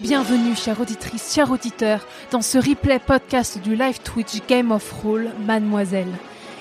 Bienvenue, chère auditrice, chers auditeurs, dans ce replay podcast du live Twitch Game of Roll Mademoiselle.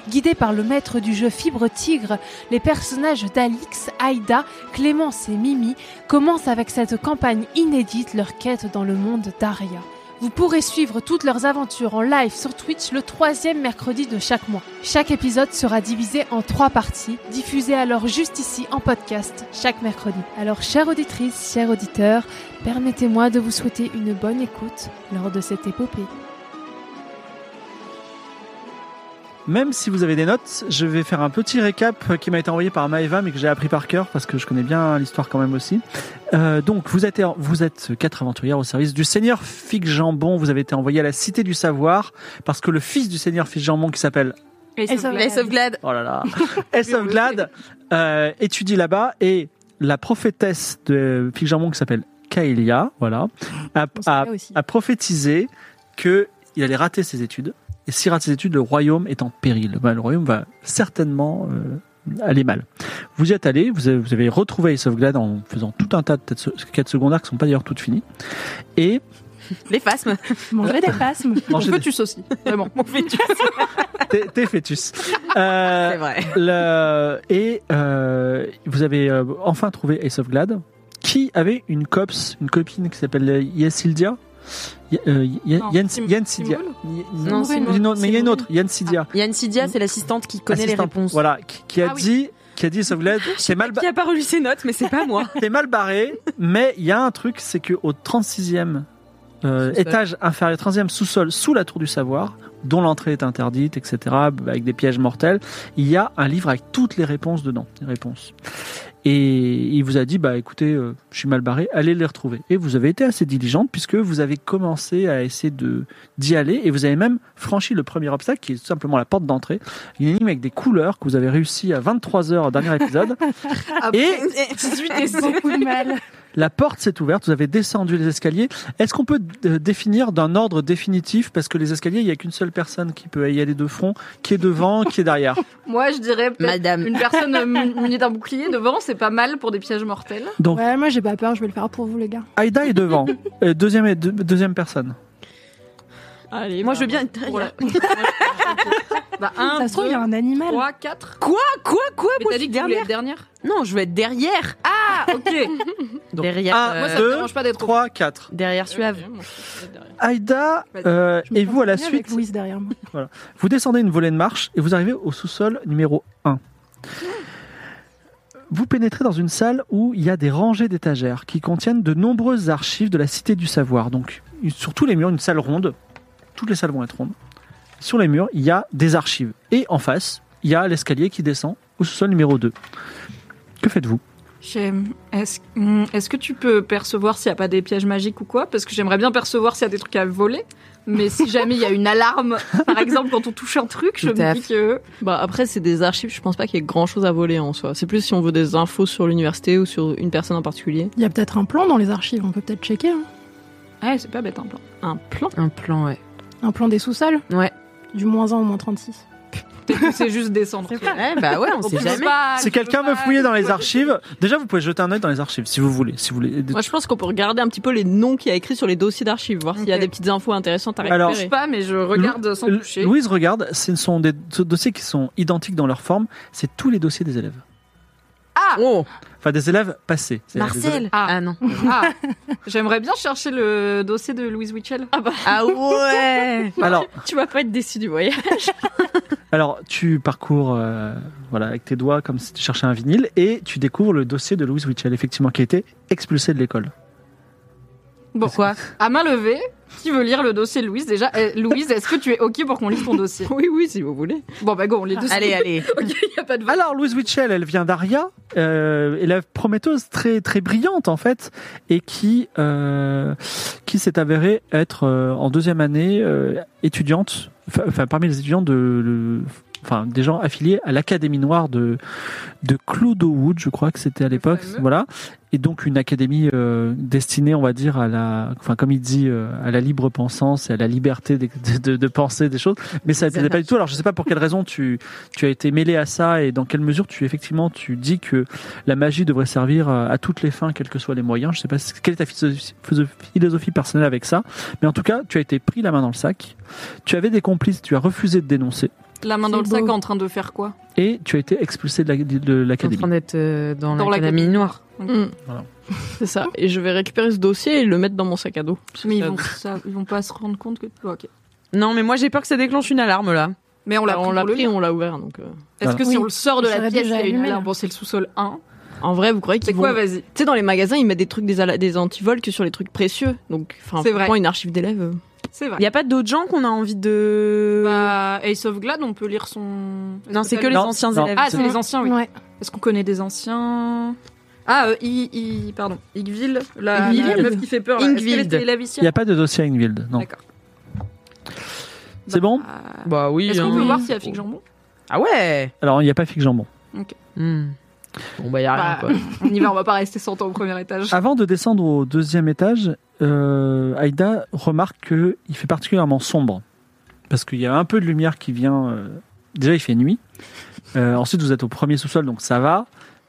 Guidés par le maître du jeu Fibre Tigre, les personnages d'Alix, Aïda, Clémence et Mimi commencent avec cette campagne inédite leur quête dans le monde d'Aria. Vous pourrez suivre toutes leurs aventures en live sur Twitch le troisième mercredi de chaque mois. Chaque épisode sera divisé en trois parties, diffusées alors juste ici en podcast chaque mercredi. Alors, chère auditrice, chers auditeurs, permettez-moi de vous souhaiter une bonne écoute lors de cette épopée. Même si vous avez des notes, je vais faire un petit récap qui m'a été envoyé par Maeva, mais que j'ai appris par cœur parce que je connais bien l'histoire quand même aussi. Euh, donc, vous êtes, vous êtes quatre aventurières au service du Seigneur Fig Jambon. Vous avez été envoyé à la Cité du Savoir parce que le fils du Seigneur Fig Jambon, qui s'appelle Ace of Glad. Oh là là. Ace of Glad euh, étudie là-bas et la prophétesse de Pygmalion qui s'appelle Kaelia, voilà, a, a, a prophétisé que il allait rater ses études. Et s'il rate ses études, le royaume est en péril. Bah, le royaume va certainement euh, aller mal. Vous y êtes allé, vous avez, vous avez retrouvé Ace of Glad en faisant tout un tas de têtes- quêtes secondaires qui sont pas d'ailleurs toutes finies. Et Les phasmes. Manger des phasmes. Manger des- fœtus aussi. Vraiment. Mon fœtus. t'es t'es fœtus. Euh, C'est vrai. Le- et euh, vous avez euh, enfin trouvé Ace of Glad, qui avait une copse, une copine qui s'appelle euh, Yesildia. Y- euh, Y- Non, Yen- Sim- Yensidia. Y- Non, non, c'est mais non, mais il y a une Simone. autre, Yensidia. Yann Sidia, c'est l'assistante qui connaît Ah, les Assistante. réponses. Voilà, qui, qui a Ah oui. Ah dit, qui a dit Ace of Glad, c'est mal, ba- Qui a pas relu ses notes, mais c'est pas moi. t'es mal barré, mais il y a un truc, c'est que au 36e euh, Sous-sol. étage inférieur, 36e sous-sol, sous la tour du savoir, dont l'entrée est interdite, etc., avec des pièges mortels, il y a un livre avec toutes les réponses dedans, les réponses. Et il vous a dit, bah écoutez, euh, je suis mal barré, allez les retrouver. Et vous avez été assez diligente puisque vous avez commencé à essayer de d'y aller et vous avez même franchi le premier obstacle qui est tout simplement la porte d'entrée, une énigme avec des couleurs que vous avez réussi à 23 heures au dernier épisode. Et- 18 et beaucoup de mal. La porte s'est ouverte, vous avez descendu les escaliers. Est-ce qu'on peut euh, définir d'un ordre définitif Parce que les escaliers, il n'y a qu'une seule personne qui peut y aller de front, qui est devant, qui est derrière. Moi, je dirais peut-être Madame. une personne euh, mu- munie d'un bouclier devant, c'est pas mal pour des pièges mortels. Donc, Ouais, moi j'ai pas peur, je vais le faire pour vous les gars. Aïda est devant. Euh, deuxième, et deux- deuxième personne. Allez, Moi, je veux bien être derrière. Voilà. bah, un, Ça se trouve, il y a un animal. 3, 4. Ah, Quoi, quoi Mais Moi, t'as dit je suis que tu voulais derrière. être dernière Non, je veux être derrière. Ah, Ah, ok. Donc, derrière. Ah. euh, un, Ah, Moi, ça Deux, me dérange pas d'être au- 3, 4. Derrière Suave. Aïda, Vas-y. euh, Je me et vous à la sens bien avec suite, Louise derrière moi. vous descendez une volée de marche et vous arrivez au sous-sol numéro 1. Vous pénétrez dans une salle où il y a des rangées d'étagères qui contiennent de nombreuses archives de la Cité du Savoir. Donc, sur tous les murs, une salle ronde. Toutes les salles vont être rondes. Sur les murs, il y a des archives. Et en face, il y a l'escalier qui descend au sous-sol numéro 2. Que faites-vous J'aime. Est-ce hmm, est-ce que tu peux percevoir s'il n'y a pas des pièges magiques ou quoi Parce que j'aimerais bien percevoir s'il y a des trucs à voler. Mais si jamais il y a une alarme, par exemple, quand on touche un truc, je Tout me à dis que. Bah après c'est des archives, je pense pas qu'il y ait grand chose à voler en soi. C'est plus si on veut des infos sur l'université ou sur une personne en particulier. Il y a peut-être un plan dans les archives, on peut peut-être checker. hein. Ouais, ah, c'est pas bête un plan. Un plan Un plan, ouais. Un plan des sous-sols Ouais. Du moins 1 au moins 36. Peut-être que c'est juste descendre. Ouais, bah ouais, on On sait peut jamais. pas, Si tu peux quelqu'un veut Ah, pas, fouiller dans tu les peux- archives, déjà vous pouvez jeter un œil dans les archives si vous voulez. Si vous voulez. Moi je pense qu'on peut regarder un petit peu les noms qu'il y a écrits sur les dossiers d'archives, voir s'il y a Ok. des petites infos intéressantes à Alors- récupérer. Je sais pas, mais je regarde sans Lou- toucher. Louise regarde, ce sont des do- dossiers qui sont identiques dans leur forme. C'est tous les dossiers des élèves. Oh, Enfin, des élèves passés. C'est- des élèves- Marcel. Ah. Ah non. Ah, j'aimerais bien chercher le dossier de Louise Witchell. Ah bah. Ah ouais. Alors, Tu vas pas être déçu du voyage. alors, tu parcours euh, voilà, avec tes doigts comme si tu cherchais un vinyle et tu découvres le dossier de Louise Witchell, effectivement, qui a été expulsée de l'école. Bon. Pourquoi À main levée, Qui veut lire le dossier de Louise déjà Eh, Louise, est-ce que tu es OK pour qu'on lise ton dossier Oui, oui, si vous voulez. Bon, bah go, on lit dessus. Allez, allez. OK, il n'y a pas de vote. Alors, Louise Witchell, elle vient d'Aria, euh, élève prometteuse très très brillante en fait, et qui euh, qui s'est avérée être euh, en deuxième année euh, étudiante, enfin enfin, parmi les étudiants de, le- enfin des gens affiliés à l'académie noire de de Clodo Wood, je crois que c'était à l'époque, fameux. voilà. Et donc une académie euh, destinée, on va dire, à la, enfin comme il dit, euh, à la libre pensance et à la liberté de, de, de- de penser des choses. Mais ça ne plaisait pas du tout. Alors je sais pas pour quelle raison tu tu as été mêlé à ça et dans quelle mesure tu effectivement tu dis que la magie devrait servir euh, à à toutes les fins, quels que soient les moyens. Je sais pas quelle est ta philosophie, philosophie personnelle avec ça, mais en tout cas tu as été pris la main dans le sac. Tu avais des complices, tu as refusé de dénoncer La main dans le C'est sac beau. en train de faire quoi et tu as été expulsé de la- de En l'académie. train d'être euh, dans, Dans l'académie noire. Mm. Voilà. C'est ça. Et je vais récupérer ce dossier et le mettre dans mon sac à dos. Mais ils vont, ça- ils vont pas se rendre compte que. Bon, ok. Non, mais moi j'ai peur que ça déclenche une alarme là. Mais on l'a Alors, pris. on l'a pour le pris, lire. on l'a ouvert. Donc, euh. Est-ce que si Oui. on le sort de Ça la aurait pièce, il déjà y a une allumé, là. alarme Bon, c'est le sous-sol 1. En vrai, vous croyez C'est qu'ils quoi, vont- vas-y Tu sais, dans les magasins, ils mettent des trucs, des, ala- des antivols que sur les trucs précieux. Donc, enfin, C'est vrai. franchement, une archive d'élèves. euh. C'est vrai. Il y a pas d'autres gens qu'on a envie de. Bah, Ace of Glad, on peut lire son. non, c'est que les Non, anciens non. élèves. Ah, c'est les anciens, oui. Ouais. Est-ce qu'on connaît des anciens Ah, euh, I, I- pardon, Igville, la, Yggwild la meuf qui fait peur. là. Est-ce qu'elle Yggwild. était élève ici Il n'y a pas de dossier à Ingvild, non. D'accord. C'est bon Ah. Bah oui. Est-ce qu'on hein. peut voir s'il y a Fig Jambon Ah ouais Alors, il n'y a pas Fig Jambon. Hmm. Bon bah y a rien Bah, quoi. On y va, on va pas rester 100 ans au premier étage. Avant de descendre au deuxième étage, euh, Aïda remarque qu'il fait particulièrement sombre. Parce qu'il y a un peu de lumière qui vient. euh, Déjà, il fait nuit. Euh, ensuite, vous êtes au premier sous-sol, donc ça va.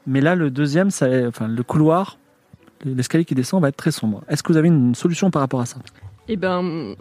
Mais là, le deuxième, ça, enfin, le couloir, l'escalier qui descend va être très sombre. Est-ce que vous avez une solution par rapport à ça Eh ben,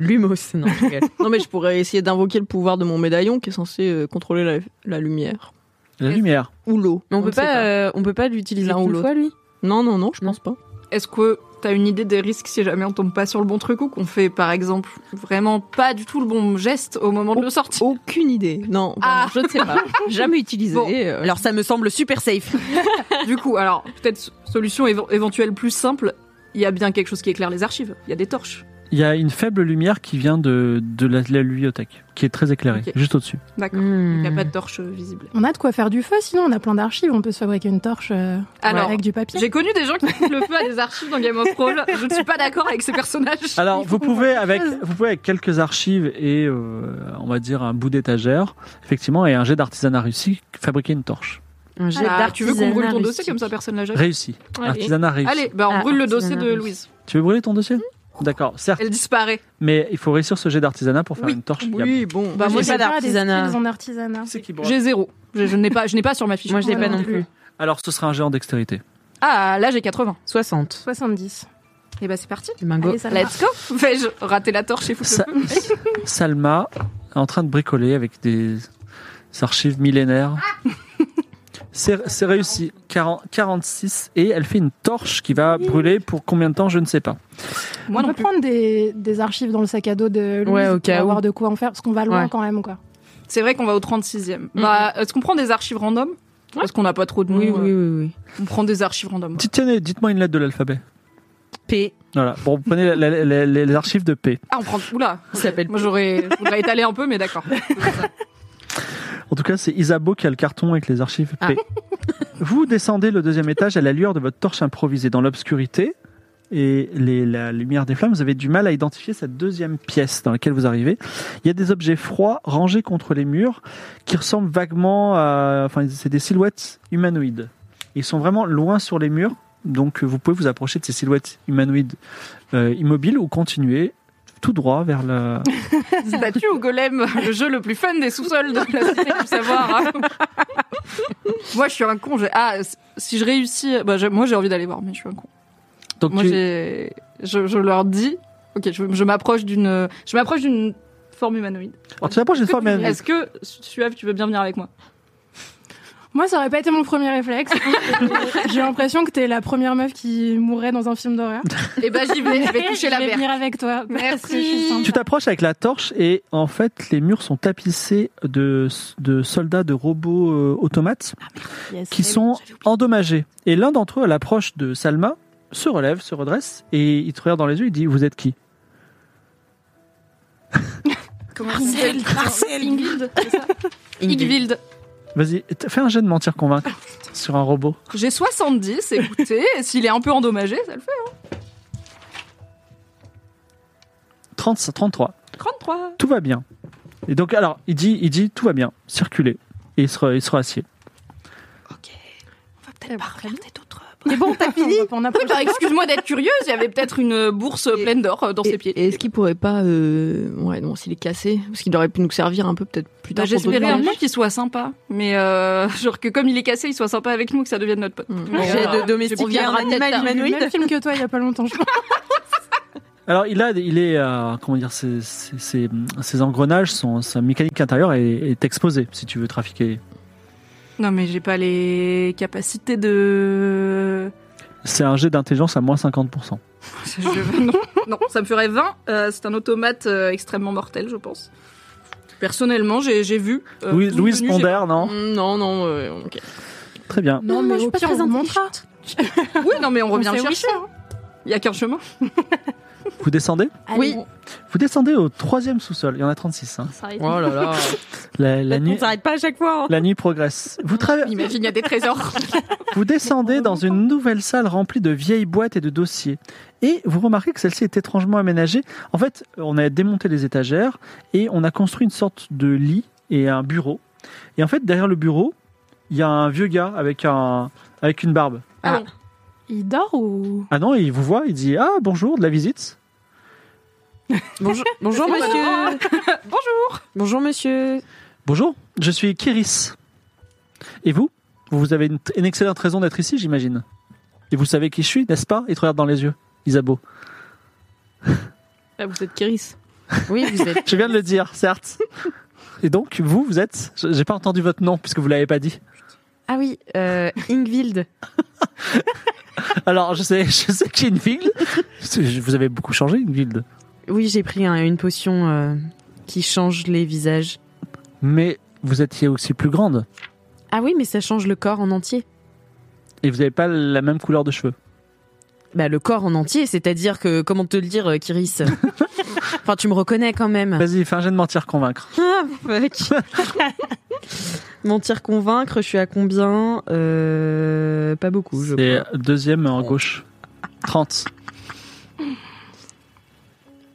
Lumos, non. je rigole. non mais je pourrais essayer d'invoquer le pouvoir de mon médaillon qui est censé euh, contrôler la, la lumière La Est-ce- lumière. ou l'eau. Mais on, peut ne sait pas, euh, on peut pas l'utiliser L'un ou une l'autre. fois lui. Non non non, je Non. pense pas. Est-ce que t'as une idée des risques si jamais on tombe pas sur le bon truc ou qu'on fait, par exemple, vraiment pas du tout le bon geste au moment de le sortir Aucune idée. Non, vraiment, Ah. je ne sais pas. Jamais utilisé. Bon. euh, Alors ça me semble super safe. Du coup, alors, peut-être so- solution éve- éventuelle plus simple, il y a bien quelque chose qui éclaire les archives. Il y a des torches. Il y a une faible lumière qui vient de, de la, la bibliothèque, qui est très éclairée, Ok. juste au-dessus. D'accord. Il Il n'y a pas de torches euh, visibles. On a de quoi faire du feu, sinon on a plein d'archives, on peut se fabriquer une torche euh, Alors, avec du papier. j'ai connu des gens qui foutent le feu à des archives dans Game of Thrones. Je ne suis pas d'accord avec ces personnages. Alors, Il vous faut qu'on pouvez, fasse avec, quelque chose. vous pouvez avec quelques archives et, euh, on va dire, un bout d'étagère, effectivement, et un jet d'artisanat réussi, fabriquer une torche. Un jet Ah, tu veux qu'on brûle ton d'artisanat dossier comme ça, rustique. personne l'a jamais Réussi. Artisanat réussi. Allez, bah on Ah, brûle le dossier de artisanat. Louise. Tu veux brûler ton dossier D'accord, certes, Elle disparaît. mais il faut réussir ce jet d'artisanat pour faire Oui. une torche. Il y a- Oui bon. Bah, moi, J'ai j'ai pas des d'artisanat. skills en artisanat. C'est qui brûle J'ai zéro. Je, je n'ai pas, je n'ai pas sur ma fiche. Moi je l'ai Ouais, pas non non plus. Alors, ce sera un jet en dextérité. Ah, là j'ai 80. 60. 70. Et bah c'est parti. C'est Bingo. Allez, ça marche. Let's go. Vais-je rater la torche et foutre Sa- Salma est en train de bricoler avec des archives millénaires. C'est c'est réussi, 40 46, et elle fait une torche qui va brûler pour combien de temps, je ne sais pas. le feu Moi on non peut plus. prendre des, des archives dans le sac à dos de Louise Ouais, au pour cas où. avoir de quoi en faire, parce qu'on va loin Ouais. quand même, quoi. C'est vrai qu'on va au 36e. Bah, est-ce qu'on prend des archives random Parce qu'on n'a pas trop de Oui, noms, oui, euh, oui, oui. On prend des archives random. Dites- Tenez, dites-moi une lettre de l'alphabet. P. Voilà. Bon, vous prenez la- la- la- les, les archives de P. Ah, on prend. Oula. Il s'appelle Moi j'aurais, je voudrais étaler un peu, mais d'accord. En tout cas, c'est Isabeau qui a le carton avec les archives P. Vous descendez le deuxième étage à la lueur de votre torche improvisée dans l'obscurité et les- la lumière des flammes. Vous avez du mal à identifier cette deuxième pièce dans laquelle vous arrivez. Il y a des objets froids rangés contre les murs qui ressemblent vaguement à. Enfin, c'est des silhouettes humanoïdes. Ils sont vraiment loin sur les murs, donc vous pouvez vous approcher de ces silhouettes humanoïdes euh, immobiles ou continuer tout droit vers la, Statue au golem, le jeu le plus fun des sous-sols de la cité du savoir. hein. moi je suis un con. j'ai- Ah, c- si je réussis, bah, j'ai- moi j'ai envie d'aller voir, mais je suis un con. Donc Moi, tu- j'ai, je, je leur dis, ok, je, je m'approche d'une, je m'approche d'une forme humanoïde. Alors, tu t'approches d'une forme humanoïde. Est-ce que Suave, tu veux bien venir avec moi Moi, ça aurait pas été mon premier réflexe. J'ai l'impression que t'es la première meuf qui mourrait dans un film d'horreur. Eh ben j'y vais, je vais toucher la Je vais mer. venir avec toi. parce que Merci. je suis sympa. Tu t'approches avec la torche et en fait les murs sont tapissés de, de soldats de robots euh, automates Yes. qui sont endommagés. Et l'un d'entre eux à l'approche de Salma se relève, se redresse et il te regarde dans les yeux, il dit vous êtes qui Comment Marcel, Marcel Ingvild, c'est ça Ingvild. Vas-y, t- fais un jet de mentir convaincre sur un robot. J'ai 70, écoutez, s'il est un peu endommagé, ça le fait. 30, 33. 33. Tout va bien. Et donc, alors, il dit, il dit tout va bien, circulez. Et il sera, il sera assis. Ok. On va peut-être pas regarder d'autres. Mais bon, t'as fini On a Oui, bah, excuse-moi d'être curieuse, il y avait peut-être une bourse pleine d'or euh, dans Et- ses pieds. et Est-ce qu'il pourrait pas. euh, Ouais, non, s'il est cassé, parce qu'il aurait pu nous servir un peu peut-être plus Bah, tard. pour d'autres J'espérais un voyages. peu qu'il soit sympa, mais euh, genre que comme il est cassé, il soit sympa avec nous, que ça devienne notre pote. Mm. Mais, J'ai euh, de domestiquer un viendra peut-être animal faire le le même humanoïde. film que toi il y a pas longtemps, je crois. Alors, il a, il est, euh, comment dire, ses, ses- ses- ses engrenages, son, sa mécanique intérieure est, est exposée si tu veux trafiquer. Non, mais j'ai pas les capacités de. C'est un jet d'intelligence à moins 50%. Je- Non, non, ça me ferait 20. Euh, c'est un automate euh, extrêmement mortel, je pense. Personnellement, j'ai j'ai vu. euh, Louis- tout Louise menu, j'ai- Ponder, non Mm, Non, non, euh, ok. Très bien. Non, mais au pire, on vous montrera. Oui, non, mais on On revient sait le où chercher. hein. Il y a qu'un chemin. Vous descendez Oui. Vous descendez au troisième sous-sol. Il y en a 36. hein. Oh là là. La, Euh, la On nuit, s'arrête pas à chaque fois. hein. la nuit progresse. Vous, tra- Imagine, il y a des trésors. Vous descendez dans une nouvelle salle remplie de vieilles boîtes et de dossiers. Et vous remarquez que celle-ci est étrangement aménagée. En fait, on a démonté les étagères et on a construit une sorte de lit et un bureau. Et en fait, derrière le bureau, il y a un vieux gars avec, un, avec une barbe. Il dort ou Ah non, il vous voit, il dit Ah, bonjour, de la visite Bonjour, bonjour monsieur. Bonjour. Bonjour monsieur. Bonjour, je suis Kiris. Et vous Vous avez une, une excellente raison d'être ici, j'imagine. Et vous savez qui je suis, n'est-ce pas Il te regarde dans les yeux, Isabeau. Ah, vous êtes Kéris. Oui, vous êtes. Je viens de le dire, certes. Et donc, vous, vous êtes je- J'ai pas entendu votre nom puisque vous l'avez pas dit. Ah oui, euh, Ingvild. Alors, je sais, je sais que j'ai une ville. Je- Vous avez beaucoup changé, une ville. Oui, j'ai pris un- une potion euh, qui change les visages. Mais vous étiez aussi plus grande Ah oui, mais ça change le corps en entier. et vous n'avez pas la même couleur de cheveux. Bah le corps en entier, c'est-à-dire que comment te le dire, euh, Kiris Enfin, tu me reconnais quand même. Vas-y, fais un jet de mentir convaincre. Ah, fuck. Mentir, convaincre, je suis à combien Euh, Pas beaucoup, je C'est crois. Oh. deuxième en gauche. 30.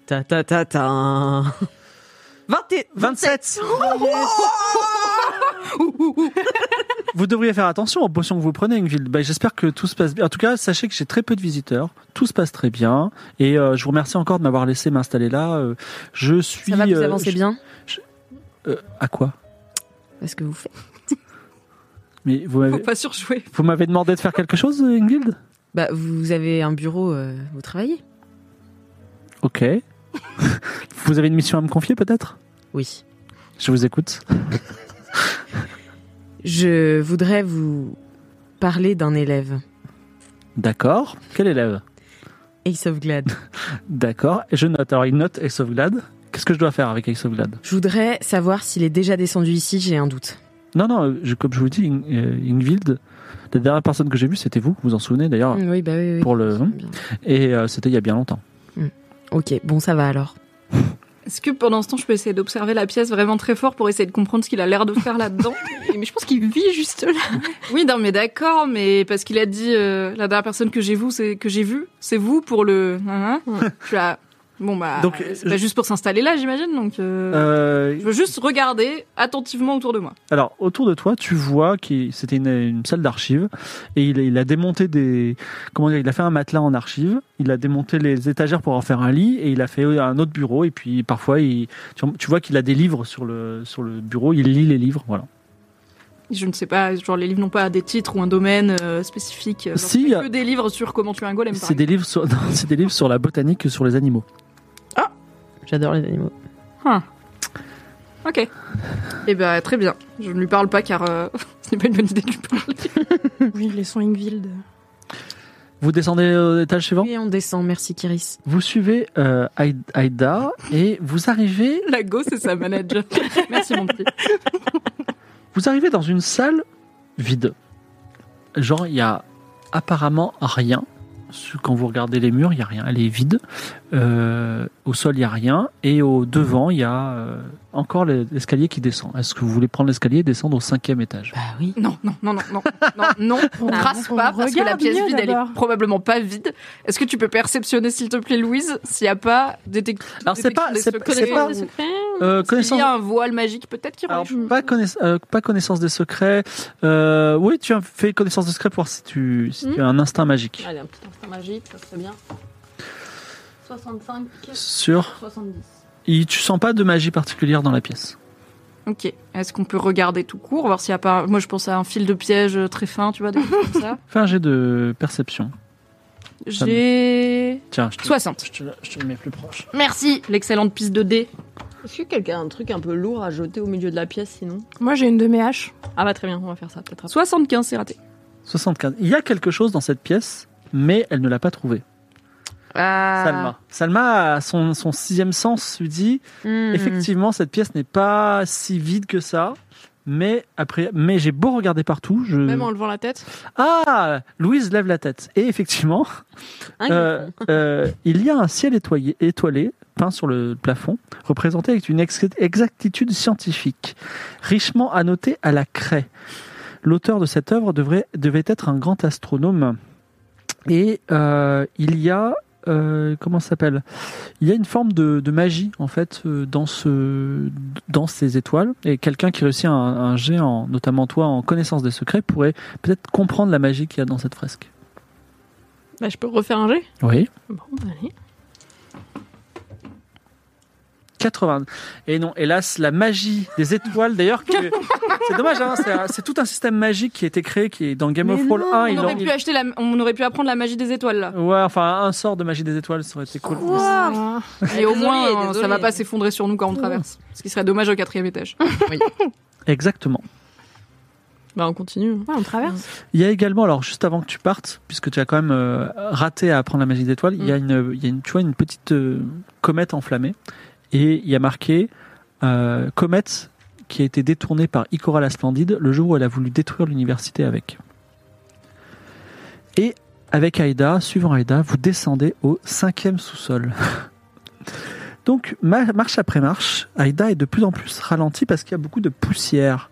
Ta ta ta ta. 20 et- 27 Oh, Vous devriez faire attention aux potions que vous prenez, Ingvild. Bah, J'espère que tout se passe bien. En tout cas, sachez que j'ai très peu de visiteurs. Tout se passe très bien. Et euh, je vous remercie encore de m'avoir laissé m'installer là. Euh, je suis... Ça va, vous euh, avancez je- bien Euh, à quoi Est-ce que vous faites Mais vous Faut m'avez, pas surjouer. vous m'avez demandé de faire quelque chose, euh, Ingvild Bah, vous avez un bureau, euh, vous travaillez Ok. vous avez une mission à me confier, peut-être Oui. Je vous écoute. Je voudrais vous parler d'un élève, D'accord. Quel élève Ace of Glad. D'accord. Je note. Alors, il note Ace of Glad. Qu'est-ce que je dois faire avec Ace of Glad Je voudrais savoir s'il est déjà descendu ici, j'ai un doute. Non, non, euh, je- comme je vous dis, In- euh, Ingvild, la dernière personne que j'ai vue, c'était vous. Vous vous en souvenez, d'ailleurs Oui, bah oui, oui. Pour le... Bien. Et euh, c'était il y a bien longtemps. Ok, bon, ça va alors. Est-ce que pendant ce temps, je peux essayer d'observer la pièce vraiment très fort pour essayer de comprendre ce qu'il a l'air de faire là-dedans Mais je pense qu'il vit juste là. Oui, non, mais d'accord, mais parce qu'il a dit euh, la dernière personne que j'ai vue, c'est que j'ai vue, c'est vous pour le. Hein, hein. Je suis là, Bon bah, Donc, euh, c'est je- pas juste pour s'installer là, j'imagine. Donc, euh, Euh, je veux juste regarder attentivement autour de moi. Alors, autour de toi, tu vois que c'était une, une salle d'archives et il, il a démonté des. Comment dire Il a fait un matelas en archives, il a démonté les étagères pour en faire un lit et il a fait un autre bureau. Et puis parfois, il, tu, tu vois qu'il a des livres sur le, sur le bureau, il lit les livres. Voilà. Je ne sais pas, genre les livres n'ont pas des titres ou un domaine euh, spécifique. Genre, Si, c'est y a- que des livres sur comment tuer un golem. Par C'est des, livres sur- non, c'est des livres sur la botanique que sur les animaux. J'adore les animaux. exemple. Hein. Ok. Eh ben très bien. Je ne lui parle pas car euh, ce n'est pas une bonne idée de lui parler. Oui, laissons Ingvild. Vous descendez au étage suivant Et on descend, merci Kiris. Vous suivez euh, Aïd- Aïda et vous arrivez La go, c'est sa manager. Merci mon petit. Vous arrivez dans une salle vide. Genre, il y a apparemment rien. Quand vous regardez les murs, il n'y a rien. Elle est vide. Euh, au sol, il n'y a rien. Et au devant, il y a euh, encore les- l'escalier qui descend. Est-ce que vous voulez prendre l'escalier et descendre au cinquième étage Bah oui. Non, non, non, non, non, non, non, on Ah, trace on pas parce que la regarde pièce mieux vide, elle d'abord. est probablement pas vide. Est-ce que tu peux perceptionner, s'il te plaît, Louise, s'il n'y a pas détec- Alors, c'est détection pas- des c'est- Bah, secrets c'est pas- des secrets Euh, S'il connaissance- y a un voile magique, peut-être qu'il Alors, rejoue. pas, connaiss- euh, pas connaissance des secrets. Euh, oui, tu as fait connaissance des secrets pour voir si tu, si tu as Hmm un instinct magique. Allez, un petit instant magique, ça serait bien. 65, Sur. 70. Et tu sens pas de magie particulière dans la pièce. Ok. Est-ce qu'on peut regarder tout court, voir s'il n'y a pas. Moi, je pense à un fil de piège euh, très fin, tu vois, des trucs comme ça. Fais un jet de perception. J'ai. Tiens, je te, 60. je te, le- je te le mets plus proche. Merci, l'excellente piste de dés. Est-ce que quelqu'un a un truc un peu lourd à jeter au milieu de la pièce sinon Moi, j'ai une de mes haches. Ah bah très bien, on va faire ça peut-être. après. 75, c'est raté. 75. Il y a quelque chose dans cette pièce, mais elle ne l'a pas trouvé. Ah. Salma. Salma, à son, son sixième sens lui dit Mhm. Hmm. effectivement, cette pièce n'est pas si vide que ça. Mais après, mais j'ai beau regarder partout, je Même en levant la tête. ah Louise lève la tête et effectivement, Un euh, euh, il y a un ciel étoilé, étoilé peint sur le plafond, représenté avec une ex- exactitude scientifique, richement annoté à la craie. L'auteur de cette œuvre devrait, devait être un grand astronome. Et euh, il y a euh, comment ça s'appelle Il y a une forme de, de magie en fait euh, dans ce dans ces étoiles. Et quelqu'un qui réussit un, un jet, en, notamment toi, en connaissance des secrets, pourrait peut-être comprendre la magie qu'il y a dans cette fresque. Bah je peux refaire un jet Oui. Bon, bah, allez. 80. Et non, hélas, la magie des étoiles, d'ailleurs, que... c'est dommage, hein, c'est un- c'est tout un système magique qui a été créé, qui est dans Game of Thrones 1. On il aurait, en- pu acheter la... on aurait pu apprendre la magie des étoiles, là. Ouais, enfin, un sort de magie des étoiles, ça aurait été cool. Ouah. Et au Désolée, moins, euh, ça désolée. va pas s'effondrer sur nous quand on traverse. Ce qui serait dommage au quatrième étage. Exactement. Bah on continue. Ouais, Ah, on traverse. Il y a également, alors juste avant que tu partes, puisque tu as quand même euh, raté à apprendre la magie des étoiles, il y a une, il y a une, tu vois, une petite euh, comète enflammée et il y a marqué euh, comète qui a été détournée par Ikora la Splendide le jour où elle a voulu détruire l'université avec. Et avec Aïda, suivant Aïda, vous descendez au cinquième sous-sol. Donc ma- marche après marche, Aïda est de plus en plus ralentie parce qu'il y a beaucoup de poussière.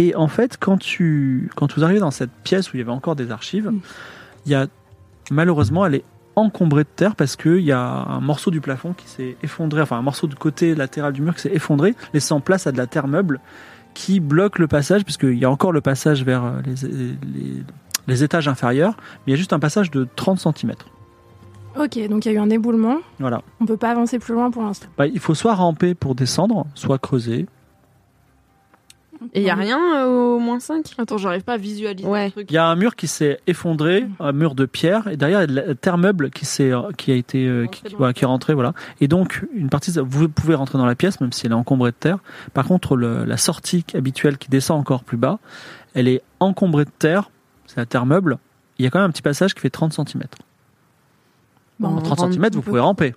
Et en fait, quand, tu, quand vous arrivez dans cette pièce où il y avait encore des archives, il y a, malheureusement, elle est encombrée de terre parce qu'il y a un morceau du plafond qui s'est effondré, enfin un morceau du côté latéral du mur qui s'est effondré, laissant place à de la terre meuble qui bloque le passage, puisqu'il y a encore le passage vers euh, les, les- les étages inférieurs, mais il y a juste un passage de 30 cm. Euh, Ok, donc il y a eu un éboulement. Voilà. On peut pas avancer plus loin pour l'instant. Bah, il faut soit ramper pour descendre, soit creuser. Et y a rien euh, au moins 5 Attends, j'arrive pas à visualiser Ouais. le truc. Il y a un mur qui s'est effondré, un mur de pierre, et derrière il y a de la terre meuble qui s'est, qui a été, euh, qui, qui- voilà, qui est rentrée, voilà. Et donc une partie, vous pouvez rentrer dans la pièce même si elle est encombrée de terre. Par contre, le- la sortie habituelle qui descend encore plus bas, elle est encombrée de terre, c'est la terre meuble. Il y a quand même un petit passage qui fait 30 cm. Bon, En on 30 rentre cm, un vous peu. pouvez ramper.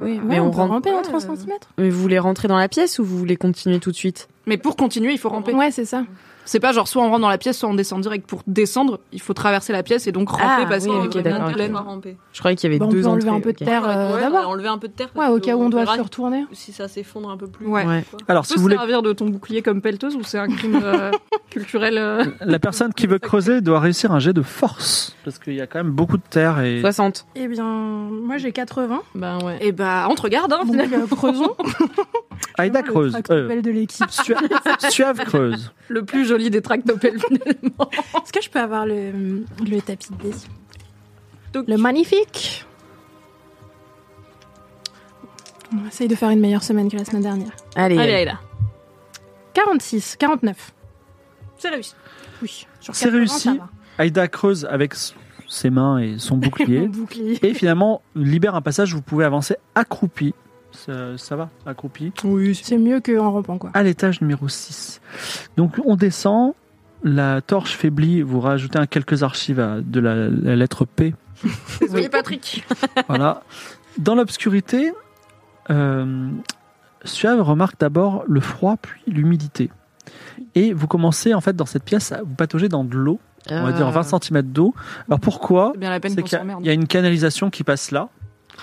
Oui, mais mais on on, peut rentre- ramper ouais, à 3 euh, cm. Mais vous voulez rentrer dans la pièce ou vous voulez continuer tout de suite Mais pour continuer, il faut ramper. Ouais, c'est ça. C'est pas genre soit on rentre dans la pièce, soit on descend direct. Pour descendre, il faut traverser la pièce et donc ramper Ah, parce qu'il oui, y a ok, vraiment d'accord, une ok. plaine. Je croyais qu'il y avait Bah, on deux peut enlever entrées. un peu de ok. terre euh, d'abord. enlever un peu de terre. Ouais, au cas où on doit verra se retourner. Si ça s'effondre un peu plus. Ouais. Ouais. Alors Tu si peux vous voulez, servir de ton bouclier comme pelleteuse ou c'est un crime euh, culturel euh, la personne qui veut creuser doit réussir un jet de force parce qu'il y a quand même beaucoup de terre et 60. Eh bien, moi j'ai 80. Bah ouais. Eh bah, on te regarde, hein, Donc finalement. euh, creusons. Aïda creuse. Euh... Euh, de l'équipe. Suave- Suave creuse. Le plus joli des tractopelles, finalement. Est-ce que je peux avoir le, le tapis de dés Donc, Le magnifique On essaye de faire une meilleure semaine que la semaine dernière. Allez. Allez, allez là. 46, 49. c'est réussi. Oui. sur C'est 80, réussi. ça va. Aïda creuse avec s- ses mains et son Mon bouclier bouclier. et finalement libère un passage où vous pouvez avancer accroupi. Ça, ça va, accroupi. Oui. C'est mieux qu'en rampant, quoi. À l'étage numéro 6. Donc on descend, la torche faiblit, vous rajoutez un quelques archives à- de la, la lettre P. Désolé, Patrick. Voilà. Dans l'obscurité, euh, Suave remarque d'abord le froid puis l'humidité. Et vous commencez en fait dans cette pièce à vous patauger dans de l'eau, Euh, Ah. on va dire 20 cm d'eau. Alors pourquoi C'est bien la peine C'est qu'on qu'il y a- s'emmerde. il y a une canalisation qui passe là.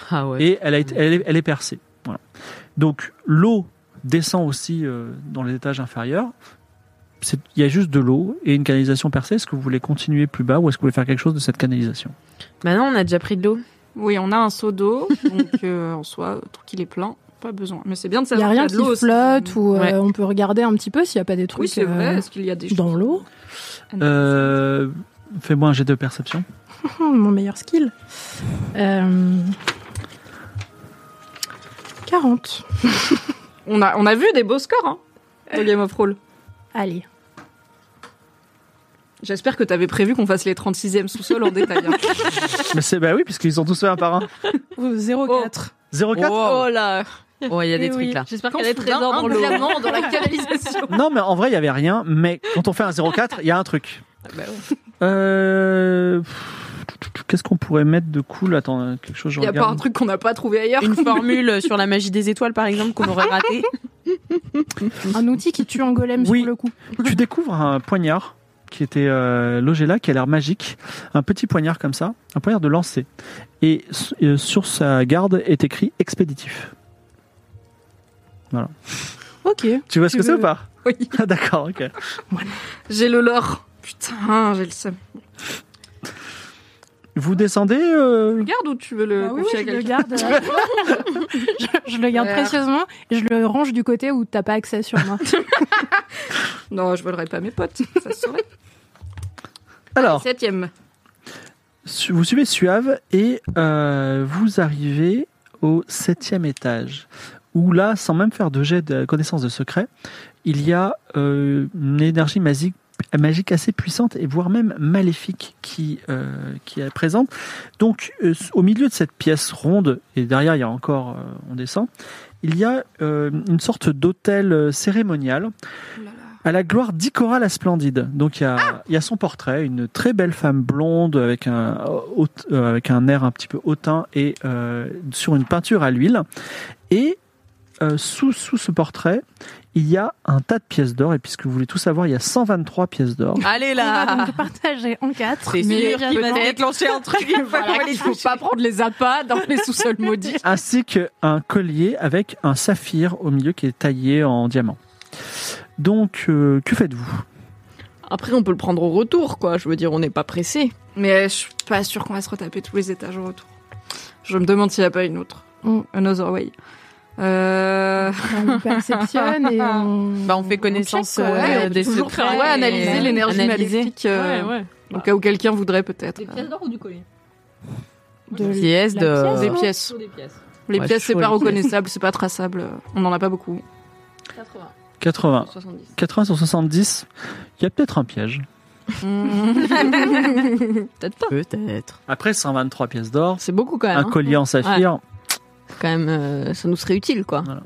Ah ouais. et elle, a été- elle est, elle est percée. Voilà. Donc l'eau descend aussi euh, dans les étages inférieurs. C'est- Il y a juste de l'eau et une canalisation percée. Est-ce que vous voulez continuer plus bas ou est-ce que vous voulez faire quelque chose de cette canalisation Bah non, on a déjà pris de l'eau. Oui, on a un seau d'eau, donc euh, en soi, le truc il est plein, pas besoin. Mais c'est bien de Il n'y savoir a qu'il rien de qui l'eau aussi. flotte ou euh, Ouais. on peut regarder un petit peu s'il n'y a pas des trucs Oui, c'est vrai. euh, Est-ce qu'il y a des dans choses- l'eau. euh, Fais-moi un jet de perception. Hum, mon meilleur skill. Euh, 40. On a, on a vu des beaux scores hein, Eh. dans Game of Roll. Allez. J'espère que t'avais prévu qu'on fasse les 36e sous-sols en détail. hein. Mais c'est bah oui puisqu'ils sont tous fait un par un. 0,4. 0,4 Oh là Oh, il y a des Eh oui. trucs là. J'espère Quand qu'il y a des soudain, trésors dans l'eau. imbricamment dans la canalisation. Non mais en vrai il y avait rien. Mais quand on fait un 0,4 il y a un truc. Ah bah Euh, pff, Qu'est-ce qu'on pourrait mettre de cool Attends quelque chose. Je Il y a pas regarde. un truc qu'on n'a pas trouvé ailleurs. Une formule euh, sur la magie des étoiles, par exemple, qu'on aurait raté. Un outil qui tue un golem Oui. sur le coup. Tu découvres un poignard qui était euh, logé là, qui a l'air magique. Un petit poignard comme ça, un poignard de lancer. Et s- euh, sur sa garde est écrit expéditif. Ok. Tu vois ce Tu que c'est veux- ou pas Oui. Ah, D'accord, ok. J'ai le lore. Putain, j'ai le seum. Vous descendez euh, Regarde où tu veux le Ah oui, confier oui, je à le quelqu'un. garde. euh, je, je le garde Ouais. précieusement et je le range du côté où t'as pas accès sur moi. Non, je volerai pas à mes potes. Ça se saurait. Alors, Septième. su- vous suivez Suave et euh, vous arrivez au septième étage. Où là, sans même faire de jet de connaissance de secret, il y a euh, une énergie magique, magique assez puissante et voire même maléfique qui, euh, qui est présente. Donc, euh, au milieu de cette pièce ronde, et derrière il y a encore, euh, on descend, il y a euh, une sorte d'hôtel euh, cérémonial à la gloire d'Icora la Splendide. Donc, il y, a, il y a son portrait, une très belle femme blonde avec un, haut- euh, avec un air un petit peu hautain et euh, sur une peinture à l'huile. Et euh, sous, sous ce portrait, il y a un tas de pièces d'or. Et puisque vous voulez tout savoir, il y a 123 pièces d'or. Allez Ah. On va là donc partager en 4. C'est sûr qu'il va déclencher un truc. Voilà, il faut pas prendre les appâts dans les sous-sols maudits. ainsi qu'un collier avec un saphir au milieu qui est taillé en diamant. Donc, euh, que faites-vous Après, on peut le prendre au retour, quoi. Je veux dire, on n'est pas pressé. Mais euh, je suis pas sûre qu'on va se retaper tous les étages en retour. Je me demande s'il n'y a pas une autre. Mm. Another way. Euh... On perceptionne et on. Bah, on fait connaissance check, quoi. euh, Ouais, on peut des toujours secrets. faire- ouais, analyser et- l'énergie analyser. maléfique. euh, ouais. Au cas où quelqu'un voudrait peut-être. Des pièces d'or ou du collier De Des pièces la de- pièce, Des hein. pièces. des pièces. Les Ouais, pièces, c'est chaud, pas les pièces. reconnaissable, c'est pas traçable. On n'en a pas beaucoup. 80, 80. 70. 80 sur 70, il y a peut-être un piège. Mm. Peut-être pas. Peut-être. Après 123 pièces d'or, C'est beaucoup quand même. un hein. collier en saphir. Quand même, euh, ça nous serait utile, quoi. Voilà.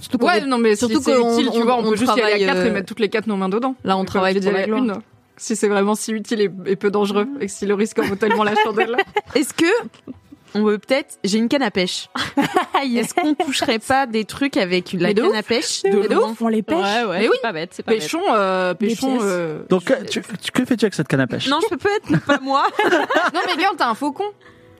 Surtout qu'on Ouais, est- non, mais surtout surtout si c'est qu'on- utile, tu on- vois, on, on peut juste y aller travaille, à 4 et euh, mettre toutes les 4 nos mains dedans. Là, on Comme travaille j'ai dit, pour la aller à gloire. une. Si c'est vraiment si utile et, et peu dangereux, et que si le risque en vaut tellement la chandelle. Est-ce que on peut peut-être J'ai une canne à pêche. Est-ce qu'on toucherait pas des trucs avec la Mais de canne ouf. à pêche Mais de de loin On les pêche. Ouais, ouais, Mais c'est oui. pas bête, c'est pas bête. Pêchons, euh, Des pêchons. pièces. euh, Donc, euh, tu, tu- que fais-tu avec cette canne à pêche Non, je peux peut-être pas moi. Non, mais regarde, t'as un faucon.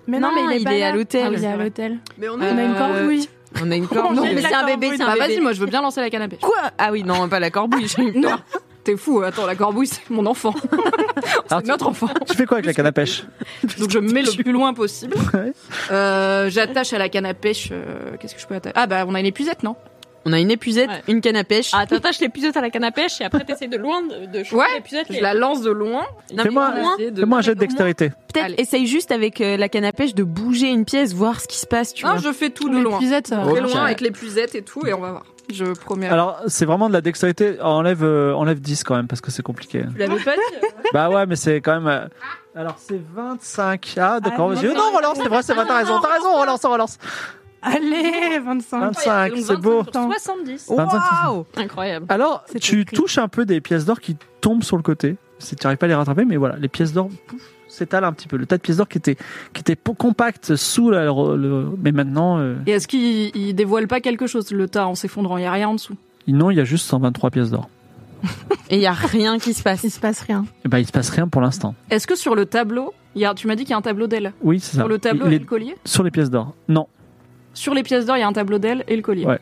Mais non, Non, mais il est, il pas est là. à l'hôtel. Ah oui, il est à l'hôtel. Mais on On a une Euh, corvouille. On a une corne. Non, mais mais c'est un bébé, c'est un Bah, bébé. vas-y, moi, je veux bien lancer la canne à pêche. Quoi Ah oui, non, pas la corbouille, j'ai eu Non, peur. t'es fou. Attends, la corbouille, c'est mon enfant. Alors, c'est notre enfant. Tu fais quoi avec la canne à pêche Donc je me mets le plus loin possible. Ouais. Euh, J'attache à la canne à pêche. euh, Qu'est-ce que je peux attacher Ah bah on a une épuisette, non On a une épuisette, Ouais. une canne à pêche. Ah, t'attaches l'épuisette à la canne à pêche et après t'essayes de loin de, de choper Ouais, l'épuisette. Je et- la lance de loin. Non, mais Fais-moi- au moins, J'essaie de- Fais-moi un jet de Au moins- dextérité. peut-être Allez. essaye juste avec euh, la canne à pêche de bouger une pièce, voir ce qui se passe, tu Non, vois. je fais tout de Les loin. puisettes, ça va. Très Ok. loin avec l'épuisette et tout, et on va voir. Je promets. euh, Alors, c'est vraiment de la dextérité. Enlève, euh, enlève 10 quand même, parce que c'est compliqué. Tu l'avais pas euh, dit bah ouais, mais c'est quand même. euh, Alors, c'est 25. Ah, d'accord, Ah, vas-y. non, Non, relance, c'est vrai, c'est vrai, t'as raison, t'as raison, on relance, on relance. Allez, 25. 25, c'est beau. 70. 25, c'est- Waouh Incroyable. Alors, C'était tu écrit. touches un peu des pièces d'or qui tombent sur le côté. Si tu n'arrives pas à les rattraper, mais voilà, les pièces d'or pouf, s'étalent un petit peu. Le tas de pièces d'or qui était, qui était po- compact sous la- le, le- mais maintenant, euh, Et est-ce qu'il il dévoile pas quelque chose, le tas, en s'effondrant Il n'y a rien en dessous. non, il y a juste 123 pièces d'or. Et il y a rien qui se passe. Il se passe rien. Et ben, il se passe rien pour l'instant. Est-ce que sur le tableau, Il y a- tu m'as dit qu'il y a un tableau d'elle. Oui, c'est ça. Sur le tableau Il et est- le collier Sur les pièces d'or. Non. Sur les pièces d'or, il y a un tableau d'elle et le collier. Ouais.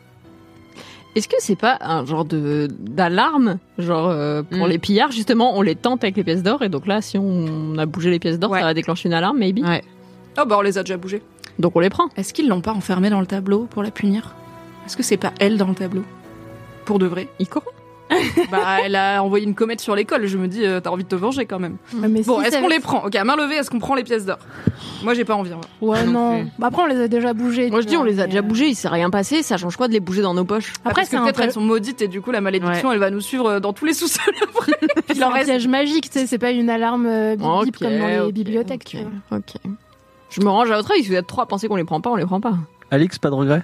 Est-ce que c'est pas un genre de d'alarme, genre euh, pour Mm. les pillards justement, on les tente avec les pièces d'or et donc là si on a bougé les pièces d'or, Ouais. ça va déclencher une alarme maybe. Ouais. Oh bah on les a déjà bougés. Donc on les prend. Est-ce qu'ils l'ont pas enfermée dans le tableau pour la punir Est-ce que c'est pas elle dans le tableau Pour de vrai Ils courent. Bah elle a envoyé une comète sur l'école, je me dis euh, t'as envie de te venger quand même. Mais Bon, si, est-ce ça- qu'on les prend Ok, à main levée, est-ce qu'on prend les pièces d'or Moi j'ai pas envie. hein. Ouais, Non non. plus. Bah, après, on les a déjà bougés. Moi tu je dis on vois, les a mais, déjà euh, bougés, il s'est rien passé, ça change quoi de les bouger dans nos poches Après, parce que c'est un peut-être peu- elles sont maudites et du coup la malédiction elle va nous suivre euh, dans tous les sous-sols après. Il en un reste. piège magique, tu sais, c'est pas une alarme euh, bip bip Ok, comme dans les ok, bibliothèques, ok, tu vois. Ok. Je me range à votre œil, si vous êtes trois à penser qu'on les prend pas, on les prend pas. Alix, pas de regret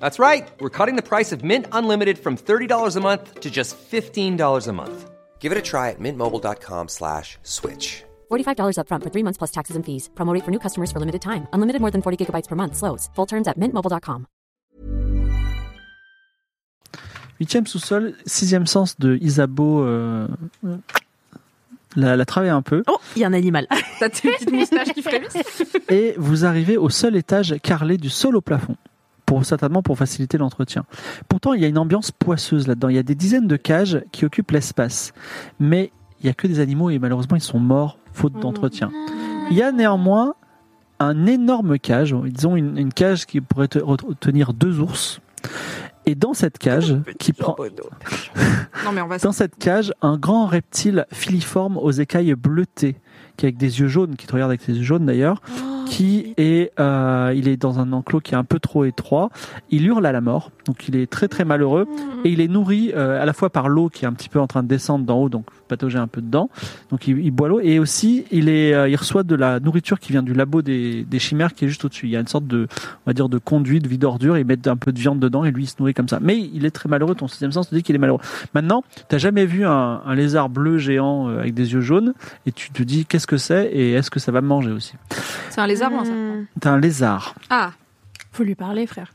That's right. We're cutting the price of Mint Unlimited from $30 a month to just $15 a month. Give it a try at mintmobile.com slash switch. $45 upfront for three months plus taxes and fees. Promo rate for new customers for limited time. Unlimited more than 40 gigabytes per month. Slows. Full terms at mintmobile.com. Huitième sous-sol, sixième sens de Isabeau. euh, La, la travaille un peu. Oh, il y a un animal. T'as tes petites moustaches qui frémissent Et vous arrivez au seul étage carrelé du sol au plafond. Pour, certainement pour faciliter l'entretien. Pourtant, il y a une ambiance poisseuse là-dedans. Il y a des dizaines de cages qui occupent l'espace. Mais il n'y a que des animaux et malheureusement, ils sont morts faute Oh. d'entretien. Il y a néanmoins un énorme cage, disons une, une cage qui pourrait te- re- tenir deux ours. Et dans cette cage, qui prend, Non mais on va se dans cette cage, un grand reptile filiforme aux écailles bleutées, qui avec des yeux jaunes, qui te regarde avec des yeux jaunes d'ailleurs, qui est, euh, il est dans un enclos qui est un peu trop étroit. Il hurle à la mort, donc il est très très malheureux et il est nourri euh, à la fois par l'eau qui est un petit peu en train de descendre d'en haut, donc patauger un peu dedans. Donc il, il boit l'eau et aussi il est, euh, il reçoit de la nourriture qui vient du labo des, des chimères qui est juste au-dessus. Il y a une sorte de, on va dire de conduite, vide ordure. Ils mettent un peu de viande dedans et lui il se nourrit comme ça. Mais il est très malheureux. Ton sixième sens te dit qu'il est malheureux. Maintenant, t'as jamais vu un, un lézard bleu géant euh, avec des yeux jaunes et tu te dis qu'est-ce que c'est et est-ce que ça va me manger aussi. C'est un lézard, moi, ça hmm. T'as un lézard. Ah, Faut lui parler, frère.